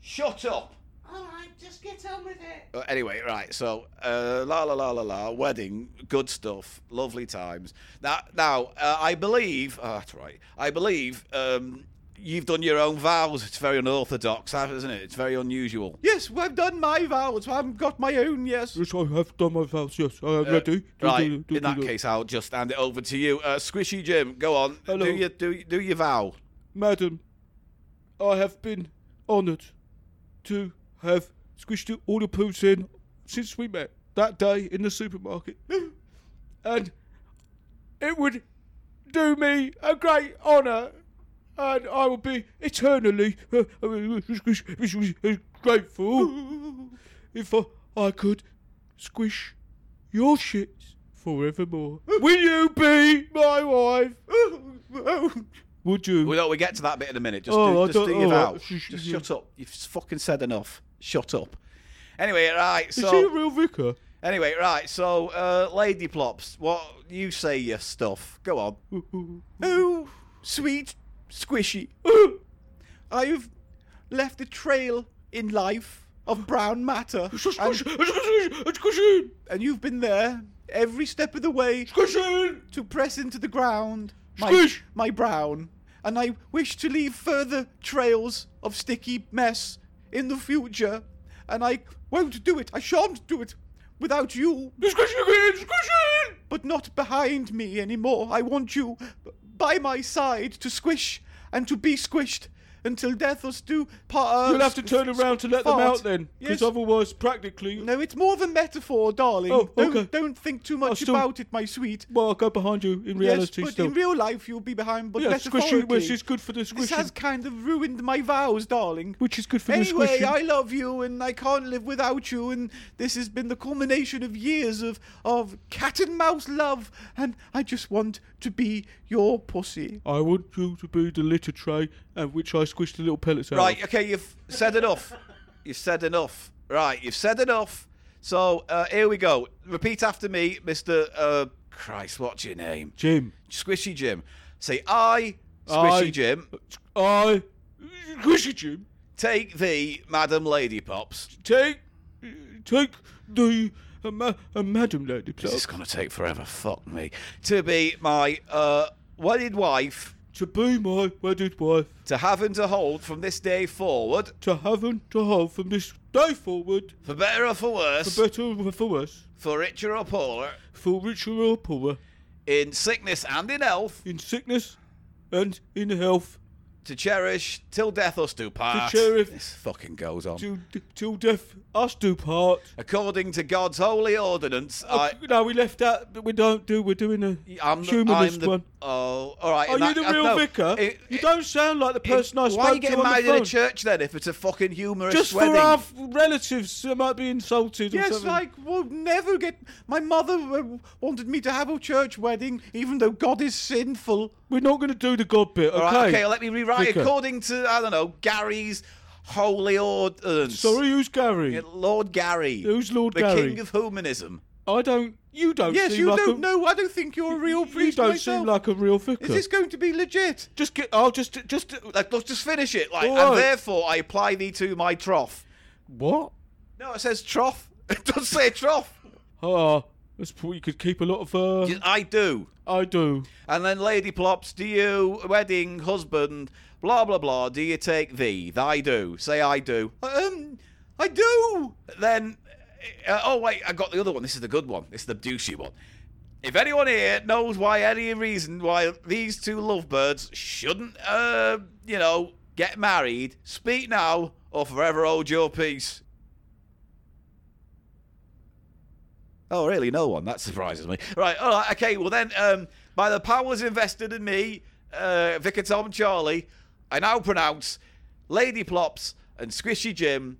Shut up! Alright, just get on with it. Uh, anyway, right. So, uh, la la la la la. Wedding, good stuff, lovely times. Now, now, uh, I believe. Oh, that's right. I believe um, you've done your own vows. It's very unorthodox, isn't it? It's very unusual. Yes, well, I've done my vows. I've got my own, yes. Yes, I have done my vows, yes. I am Uh, right. In that case, I'll just hand it over to you, uh, Squishy Jim. Go on. Hello. Do your do do your vow. Madam, I have been honoured to have squished all the poos in since we met that day in the supermarket. *gasps* and it would do me a great honour, and I will be eternally uh, grateful if I, I could squish your shits forevermore. Will you be my wife? Would you? Well, no, we get to that bit in a minute. Just Oh, I do, don't- just do your all right. vow. Just shut up. You've fucking said enough. Shut up. Anyway, right. Is So she a real vicar? Anyway, right. So, uh, Lady Plops, what you say your stuff? Go *laughs* on. Oh, sweet squishy. I have left a trail in life of brown matter. and, and you've been there every step of the way to press into the ground my, my brown. And I wish to leave further trails of sticky mess in the future. And I won't do it. I shan't do it without you. But not behind me anymore. I want you b- by my side to squish and to be squished until death us do part. You'll have to turn around to let them out then, 'cause otherwise, practically. No, it's more of a metaphor, darling. Oh, okay. Don't don't think too much still- about it, my sweet. Well, I'll go behind you in reality yes, but still. in real life you'll be behind. But Yeah, squishy, metaphorically, which is good for the This squishing. has kind of ruined my vows, darling. Which is good for the Anyway, squishing. I love you, and I can't live without you. And this has been the culmination of years of of cat and mouse love, and I just want to be your pussy. I want you to be the litter tray at which I squish the little pellets out. Right. of. Okay. You've said enough. You've said enough. Right. You've said enough. So uh, here we go. Repeat after me, Mister. Uh, Christ, what's your name? Jim. Squishy Jim. Say I. Squishy I- Jim. I. Squishy Jim. Take the Madam Lady Pops. Take, take the uh, ma- uh, madam lady. This is gonna take forever. Fuck me. To be my uh, wedded wife. To be my wedded wife. To have and to hold from this day forward. To have and to hold from this day forward. For better or for worse. For better or for worse. For richer or poorer. For richer or poorer. In sickness and in health. In sickness and in health. To cherish till death us do part. cherish- This fucking goes on. Till, till death us do part. According to God's holy ordinance, I. no, we left out. but We don't do. We're doing a I'm the, humanist I'm the, one. Oh, all right. Are that- you the uh, real no, vicar? it- you don't sound like the person I spoke Why are you to getting on the married in a phone. church then if it's a fucking humorous Just wedding? for our relatives that might be insulted or Yes, something. like we'll never get. My mother uh, wanted me to have a church wedding, even though God is sinful. We're not going to do the God bit, All right, okay, let me rewrite Vicar. according to I don't know Gary's holy ordinance. Sorry, who's Gary? Lord Gary. Who's Lord the Gary? king of humanism. I don't. You don't. Yes, seem you like don't a, know. I don't think you're a You real priest. don't myself. seem like a real vicar. Is this going to be legit? Just get. I'll just. Just. uh, Like, let's just finish it. Like, All and right. therefore I apply thee to my trough. What? No, it says trough. *laughs* It doesn't say trough. Oh, that's probably you could keep a lot of. Uh, I do. I do. And then Lady Plops, do you wedding husband? Blah blah blah. Do you take thee? I do. Say I do. Um, I do. Then, uh, oh wait, I got the other one. This is the good one. This is the douchey one. If anyone here knows why any reason why these two lovebirds shouldn't, uh, you know, get married, speak now or forever hold your peace. Oh, really? No one. That surprises me. Right. All right. Okay. Well, then, um, by the powers invested in me, uh, Vicar Tom Charlie, I now pronounce Lady Plops and Squishy Jim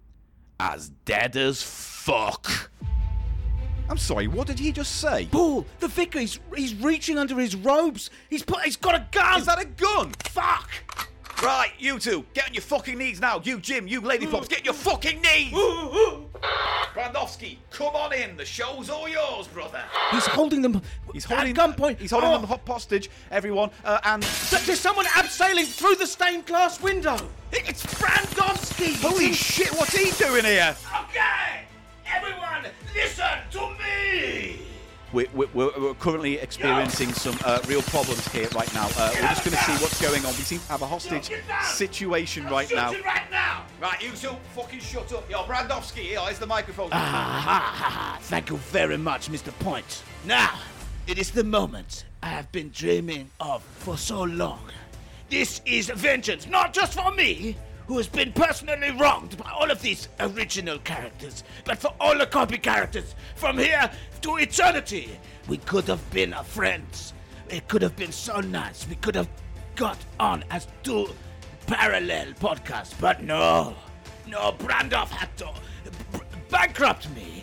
as dead as fuck. I'm sorry. What did he just say? Paul, the vicar, he's, he's reaching under his robes. He's put, he's got a gun. Is that a gun? Fuck! Right, you two, get on your fucking knees now. You, Jim, you, Lady Plops, get your fucking knees. Brandowski, come on in. The show's all yours, brother. He's holding them. He's holding gunpoint. Oh. He's holding them hop- hostage, everyone. Uh, and there's someone abseiling through the stained glass window. It's Brandowski. holy shit, what's he doing here? Okay! Everyone, listen to me! We're, we're, we're we're currently experiencing some uh, real problems here right now. Uh, we're just going to see what's going on. We seem to have a hostage situation right now. right now! Right, you two, fucking shut up. Yo, Brandowski, here, here's the microphone. Ah, ha, ha, ha. Thank you very much, Mr. Point. Now, it is the moment I have been dreaming of for so long. This is vengeance, not just for me, who has been personally wronged by all of these original characters, but for all the copy characters from here to eternity. We could have been friends. It could have been so nice. We could have got on as two parallel podcasts, but no. No, Brandoff had to bankrupt me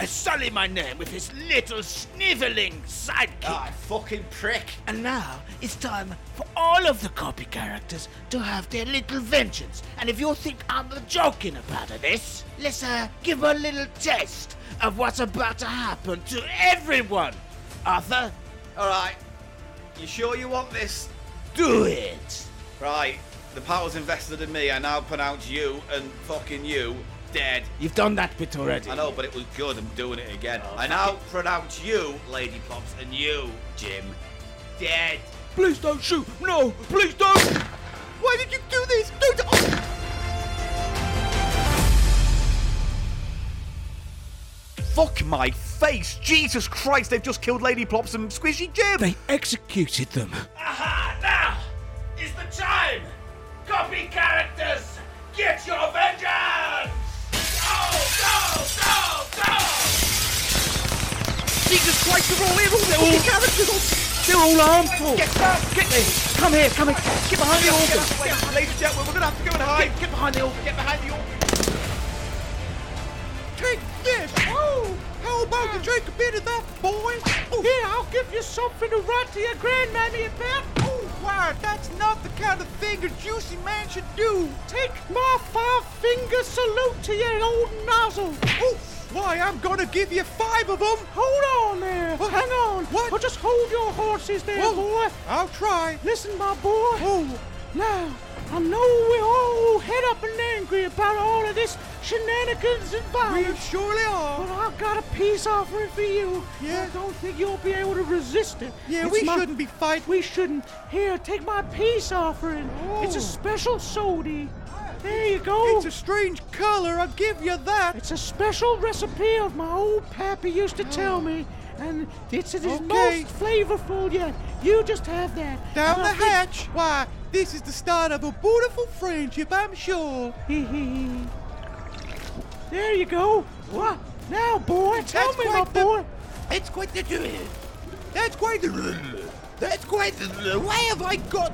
uh, sully my name with his little sniveling sidekick. Ah, fucking prick. And now it's time for all of the copy characters to have their little vengeance. And if you think I'm joking about this, let's uh, give a little taste of what's about to happen to everyone. Arthur? Alright. You sure you want this? Do it. Right. The powers invested in me, I now pronounce you and fucking you dead. You've done that bit already. I know, but it was good. I'm doing it again. I now pronounce Oh, you, Lady Pops, and you, Jim, dead. Please don't shoot. No, please don't. Why did you do this? Don't. oh, Fuck my face! Jesus Christ, they've just killed Lady Plops and Squishy Jim! They executed them. Now is the time! Copy characters! Get your vengeance! Go, go, go, go! Jesus Christ, they're all evil. They're all characters. all- They're all harmful. Get back. Get me. Come here. Come here. Get behind the organ. Ladies and gentlemen, we're gonna have to go and hide. Get, behind the organ. Get behind the organ. Take this. Oh, how about you drink a bit of that, boy? Oh. Here, I'll give you something to write to your grandmammy about. Oh, wow, that's not the kind of thing a juicy man should do. Take my five-finger salute to your old nozzle. Oh. Why, I'm gonna give you five of them. Hold on there. Well, hang on. What? Well, just hold your horses there, boy. I'll try. Listen, my boy. Oh. Now, I know we're all head up and angry about all of this shenanigans and violence. We surely are. But I've got a peace offering for you. Yeah. I don't think you'll be able to resist it. Yeah, we shouldn't be fighting. We shouldn't. Here, take my peace offering. It's a special sody. There you go. It's a strange color, I'll give you that. It's a special recipe of my old pappy used to tell me. And it's it is Okay. most flavorful yet. You just have that. Down And the I think- hatch? Why, this is the start of a beautiful friendship, I'm sure. There you go. What? Now, boy, tell me, my boy. It's quite the That's quite the. That's quite the. Why have I got.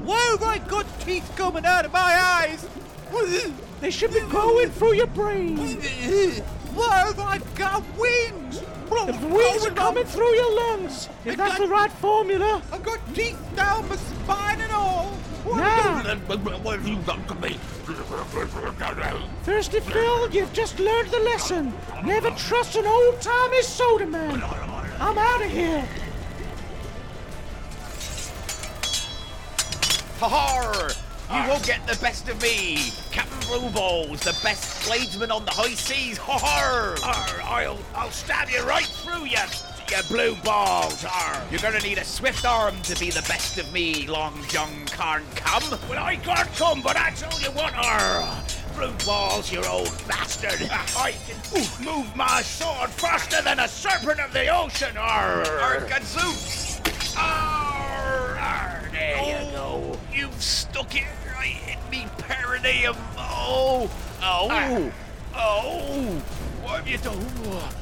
Why have I got teeth coming out of my eyes? *laughs* They should be growing through your brain. Why have I got wings? The wings are coming through your lungs. If that's the right formula. I've got teeth down my spine and all. What Now. What have you done to *laughs* me? Thirsty Phil, you've just learned the lesson. Never trust an old-timey soda man. I'm out of here. Har! You won't get the best of me! Captain Rubal's the best bladesman on the high seas! Har! Arr, I'll, I'll stab you right through you, you blue balls. Arr. You're gonna need a swift arm to be the best of me, Long John can't come! Well, I can't come, but I tell you what, arr, blue balls, you old bastard. I can move my sword faster than a serpent of the ocean. Arr, Arr, gadzooks. Arr, arr, there you Oh, go. You've stuck it right in me perineum. Oh, oh, oh. What have you done?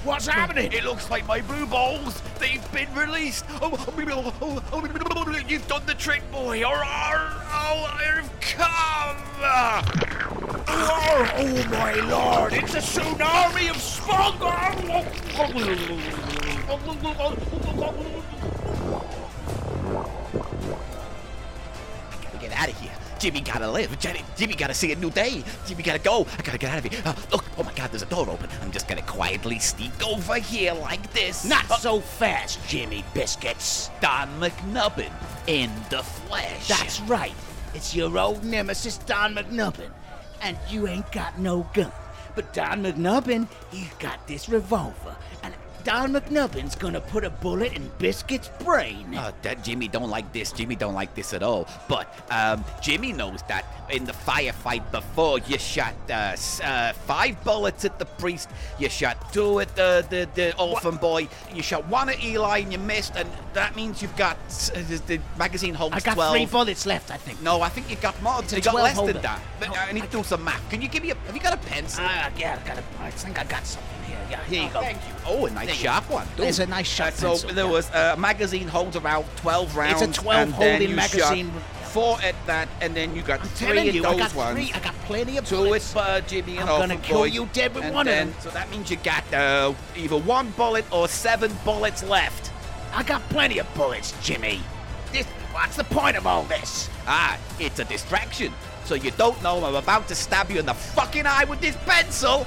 What's happening? It looks like my blue balls, they've been released! Oh, oh, oh, oh, oh, you've done the trick, boy! Arr, arr, oh, I've come! Arr, oh my lord, it's a tsunami of smog! Gotta get out of here. Jimmy gotta live. Jenny, Jimmy gotta see a new day. Jimmy gotta go. I gotta get out of here. Uh, look, oh my god, there's a door open. I'm just gonna quietly sneak over here like this. Not Uh. so fast, Jimmy Biscuits. Don McNubbin in the flesh. That's right. It's your old nemesis, Don McNubbin. And you ain't got no gun. But Don McNubbin, he's got this revolver. And Don McNubbin's gonna put a bullet in Biscuit's brain. Oh, that Jimmy don't like this. Jimmy don't like this at all. But um, Jimmy knows that in the firefight before, you shot uh, s- uh, five bullets at the priest. You shot two at the the, the orphan boy. You shot one at Eli and you missed, and that means you've got s- uh, the magazine holds I got twelve. three bullets left, I think. no, I think you got more. You a got 12 less holder. than that. But uh, I need to do some math. Can you give me a? Have you got a pencil? Ah, yeah, I got a, I think I got something here. Yeah, here you Oh, go. Thank you. Oh, a nice There you sharp go. one. too. There's a nice sharp Uh, so pencil, there yeah. was uh, a magazine holds about 12 rounds. It's a 12 and then holding you magazine. Shot four at that, and then you got telling three at you, I those got ones. three. I got plenty of Two bullets. at Bird, Jimmy, and I'm gonna Alpha kill Boy. you dead with And one of then- them. So that means you got uh, either one bullet or seven bullets left. I got plenty of bullets, Jimmy. This, what's the point of all this? Ah, it's a distraction. So you don't know I'm about to stab you in the fucking eye with this pencil.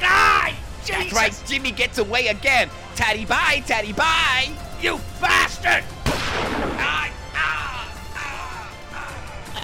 Die! That's right, Jimmy gets away again. Taddy bye, taddy bye. You bastard!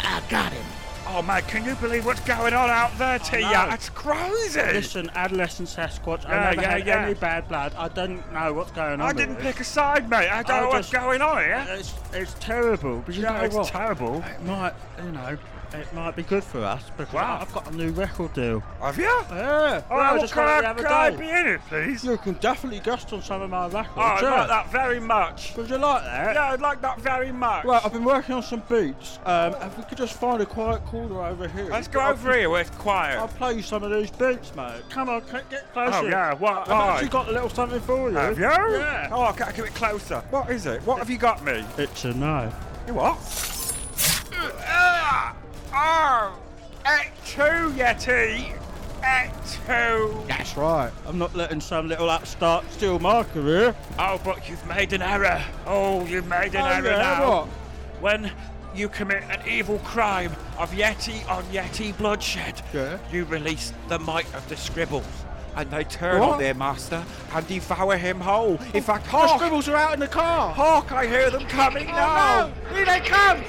I got him. Oh man, can you believe what's going on out there, Tia? It's crazy. Listen, adolescent Sasquatch, Yeah, I never yeah, had yeah. any bad blood. I don't know what's going on. I with didn't it. pick a side, mate. I don't I know what's just- going on here. It's, it's terrible. But you Yeah, know it's what? terrible. It might, you know, it might be good for us because Wow. I've got a new record deal. Have you? Yeah. Oh, well, I well, just can got it I- the other can I day. be in it, please? You can definitely guest on some of my records. Oh, I yeah. like that very much. Would you like that? Yeah, I'd like that very much. Right, I've been working on some beats. Um, if we could just find a quiet corner over here. Let's go I'll- over here where it's quiet. I'll play you some of these beats, mate. Come on, c- get closer. Oh, yeah, what- I've why? actually got a little something for you. Have you? Yeah. Oh, can I come a bit closer? What is it? What have you got me? It's a knife. You what? Ah! Oh! At two, Yeti! At two! That's right. I'm not letting some little upstart steal my career. Oh, but you've made an error. Oh, you've made an Oh, error yeah, now. what? When you commit an evil crime of Yeti on Yeti bloodshed, you release the might of the Scribbles. And they turn What? Oh, on their master and devour him whole. In fact, The Hawk, scribbles are out in the car. Hawk, I hear them coming now. Here they come!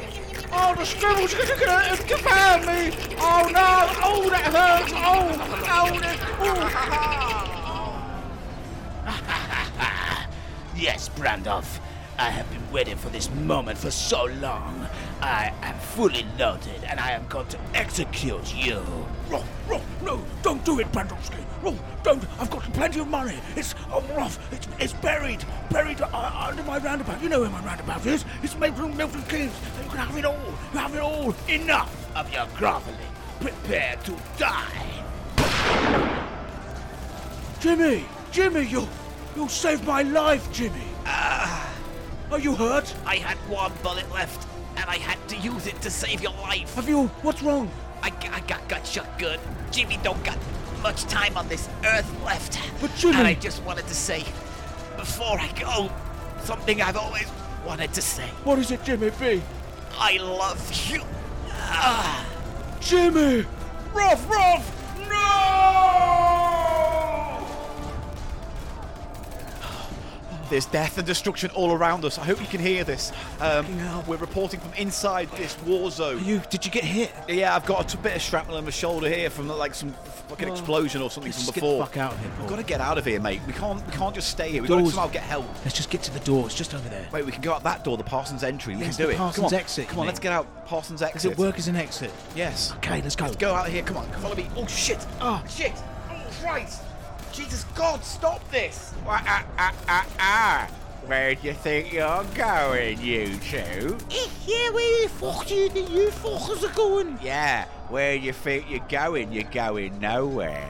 Oh, the scribbles *laughs* are gonna confound me! Oh no! Oh, that hurts! Oh, oh, that... Yes, Brandoff. I have been waiting for this moment for so long. I am fully loaded and I am going to execute you. No, no, no, don't do it, Brandowski. No, don't. I've got plenty of money. It's um, rough. It's, it's buried. Buried uh, under my roundabout. You know where my roundabout is. It's made from Milton Keynes. You can have it all. You have it all. Enough of your groveling. Prepare to die. Jimmy, Jimmy, you, you saved my life, Jimmy. Ah. Are you hurt? I had one bullet left, and I had to use it to save your life. Have you? What's wrong? I, g- I got gunshot good. Jimmy don't got much time on this earth left. But Jimmy- And I just wanted to say, before I go, something I've always wanted to say. What is it, Jimmy B? I love you. Ah. Jimmy! Ruff, Ruff! No! There's death and destruction all around us. I hope you can hear this. Um, we're reporting from inside this war zone. You did you get hit? Yeah, I've got a t- bit of shrapnel in my shoulder here from like some fucking Oh. explosion or something Let's from just get before. the fuck out of here, We've Paul. got to get out of here, mate. We can't we can't just stay here. We've got to Doors. somehow get *laughs* help. Let's just get to the door. It's just over there. Wait, we can go out that door, the Parsons entry. We Yes, can do the it. Parsons Come on, exit, Come on, mate. let's get out Parsons exit. Does it work as an exit? Yes. Okay, let's go. Let's go out of here. Come on, follow me. Oh shit! Oh shit! Oh Christ! Jesus God, stop this! Ah, ah, ah, ah. Where do you think you're going, you two? Ik jij where the fuck do you think you fuckers are going? Yeah, where do you think you're going? You're going nowhere.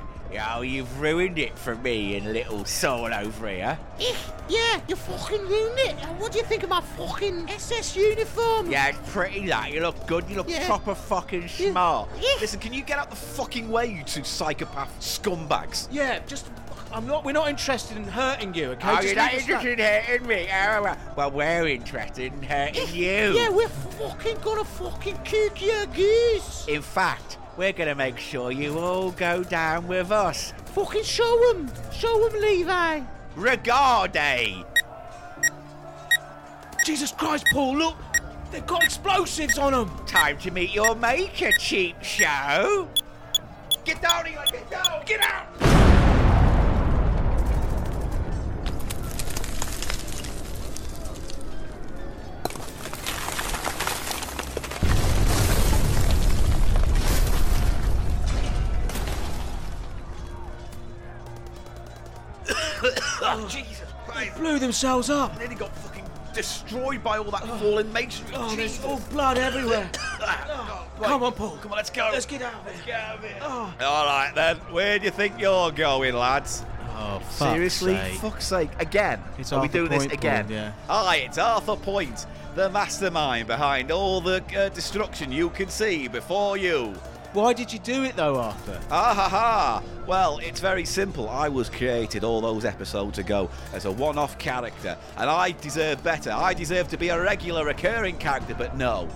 Oh, you've ruined it for me and little soul over here. Ik, yeah, you fucking unit. And what do you think of my fucking SS uniform? Yeah, it's pretty that. You look good. You look Yeah. proper fucking smart. Listen, can you get out the fucking way, you two psychopath scumbags? Yeah, just. I'm not. We're not interested in hurting you. Okay. Oh, Just you're not leave us alone. interested in hurting me. Oh, well, well, we're interested in hurting you. Yeah, we're fucking gonna fucking kick your goose. In fact, we're going to make sure you all go down with us. Fucking show 'em, show 'em, Levi. Regarde! Jesus Christ, Paul, look. They've got explosives on them. Time to meet your maker, cheap show. Get down, Eli, get down! Get out! *coughs* oh, Jesus Christ. Blew themselves up. Nearly got fucking destroyed by all that fallen masonry. Oh, there's Jesus. Ah, all *laughs* blood everywhere. Oh, Come on, Paul. Come on, let's go. Let's get out of here. Let's get out of here. Oh. All right, then. Where do you think you're going, lads? Oh, Seriously, fuck's sake. Again. It's Are we Arthur doing Point, this again? Paul, yeah. Aye, it's Arthur Point. the mastermind behind all the uh, destruction you can see before you. Why did you do it though, Arthur? Ah ha ha! Well, it's very simple. I was created all those episodes ago as a one off character, and I deserve better. I deserve to be a regular recurring character, but no,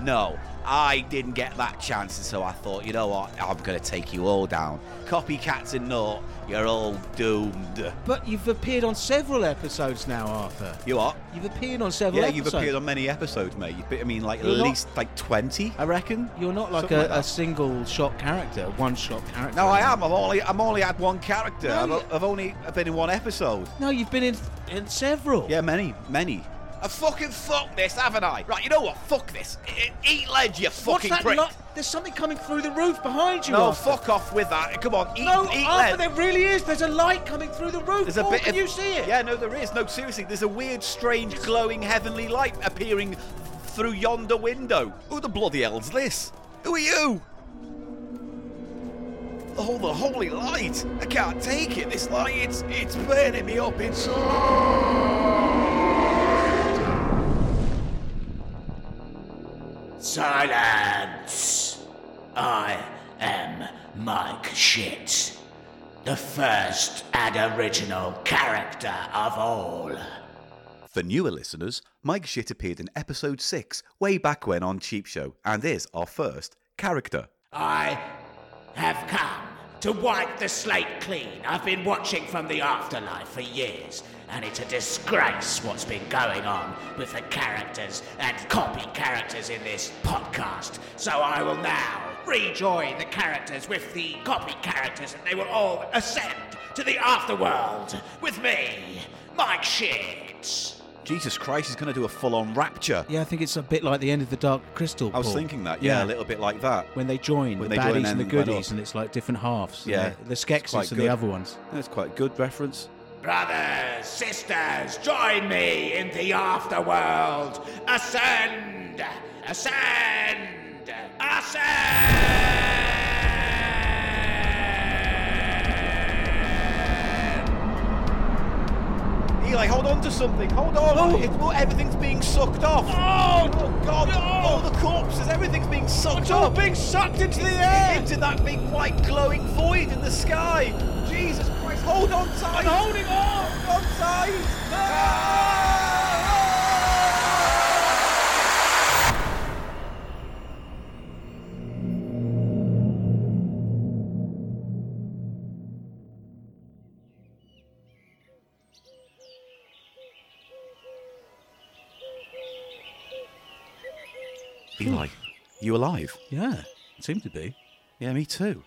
no, I didn't get that chance, and so I thought, you know what, I'm going to take you all down. Copycats and naught, you're all doomed. But you've appeared on several episodes now, Arthur. You are? You've appeared on several yeah, episodes. you've appeared on many episodes, mate. You've been- I mean, like You're at not- least like 20. I reckon you're not like Something a, like that. a single shot character, one shot character. No, I am. I've only, I'm only had one character. No, I've, you- I've only been in one episode. No, you've been in in several. Yeah, many, many. I fucking fucked this, haven't I? Right, you know what? Fuck this. E- e- Eat lead, you fucking What's that? prick. lo- There's something coming through the roof behind you. No, Arthur. fuck off with that. Come on, eat, No, eat Arthur, lead. there really is. There's a light coming through the roof. There's a Paul, bit Can of- you see it? Yeah, no, there is. No, seriously, there's a weird, strange, glowing heavenly light appearing through yonder window. Who the bloody hell's this? Who are you? Oh, the holy light! I can't take it. This light, it's it's burning me up. It's. Silence! I am Mike Shit, the first and original character of all. For newer listeners, Mike Shit appeared in episode six, way back when on Cheap Show, and is our first character. I have come to wipe the slate clean. I've been watching from the afterlife for years, and it's a disgrace what's been going on with the characters and copy characters in this podcast. So I will now rejoin the characters with the copy characters, and they will all ascend to the afterworld with me, Mike Shit. Jesus Christ, he's going to do a full-on rapture. Yeah, I think it's a bit like the end of the Dark Crystal. I was Paul. thinking that, yeah, a little bit like that. When they join, When the they join baddies and the and went goodies, up. and it's like different halves. and Yeah, the- the it's quite Skeksis and the good. other ones. That's quite a good reference. Brothers, sisters, join me in the afterworld. Ascend! Ascend! Ascend! Eli, hold on to something. Hold on. It's, well, everything's being sucked off. Oh, God. All the corpses, everything's being sucked it's up. being sucked into the air. Into that big white glowing void in the sky. Jesus Christ. Hold on tight. I'm holding on. Hold on tight. Eli, you alive? Yeah, it seemed to be. Yeah, me too.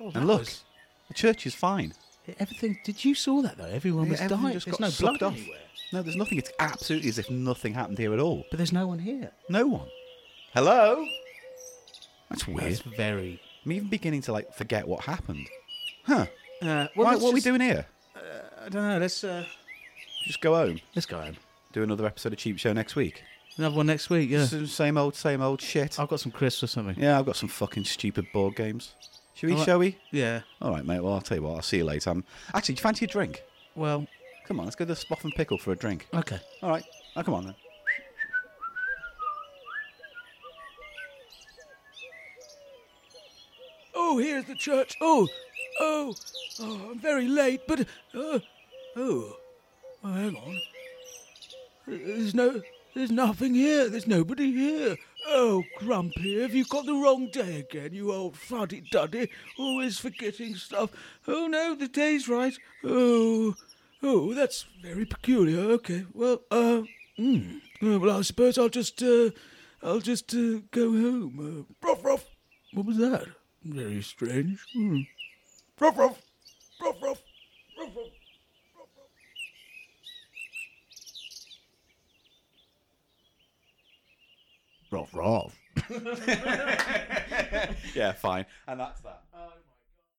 Oh, that and look, was- the church is fine. Everything. Did you saw that though? Everyone was Everything dying. just there's got no sucked blood off. anywhere. No, there's nothing. It's absolutely as if nothing happened here at all. But there's no one here. No one. Hello? That's weird. That's very. I'm even beginning to like forget what happened. Huh? Uh, Why, let's what are we just- doing here? I don't know. Let's uh, Just go home. Let's go home. Do another episode of Cheap Show next week. another one next week. Yeah. Oh. S- Same old, same old shit. I've got some crisps or something. Yeah, I've got some fucking stupid board games. Should we? All right. Shall we? Yeah. All right, mate. Well, I'll tell you what. I'll see you later. Um, actually, do you fancy a drink? Well, come on. Let's go to the Spoff and Pickle for a drink. Okay. All right. Oh, come on then. Oh, here's the church. Oh, oh, oh, I'm very late, but uh, oh, oh, hang on. There's no, there's nothing here. There's nobody here. Oh, Grumpy, have you got the wrong day again, you old fuddy duddy? Always forgetting stuff. Oh no, the day's right. Oh, oh, that's very peculiar. Okay, well, uh, mm, uh, well, I suppose I'll just, uh, I'll just uh, go home. Uh, ruff, ruff. What was that? Very strange. Hmm. Ruff, ruff. Ruff, ruff. Rough, rough. yeah, fine. And that's that.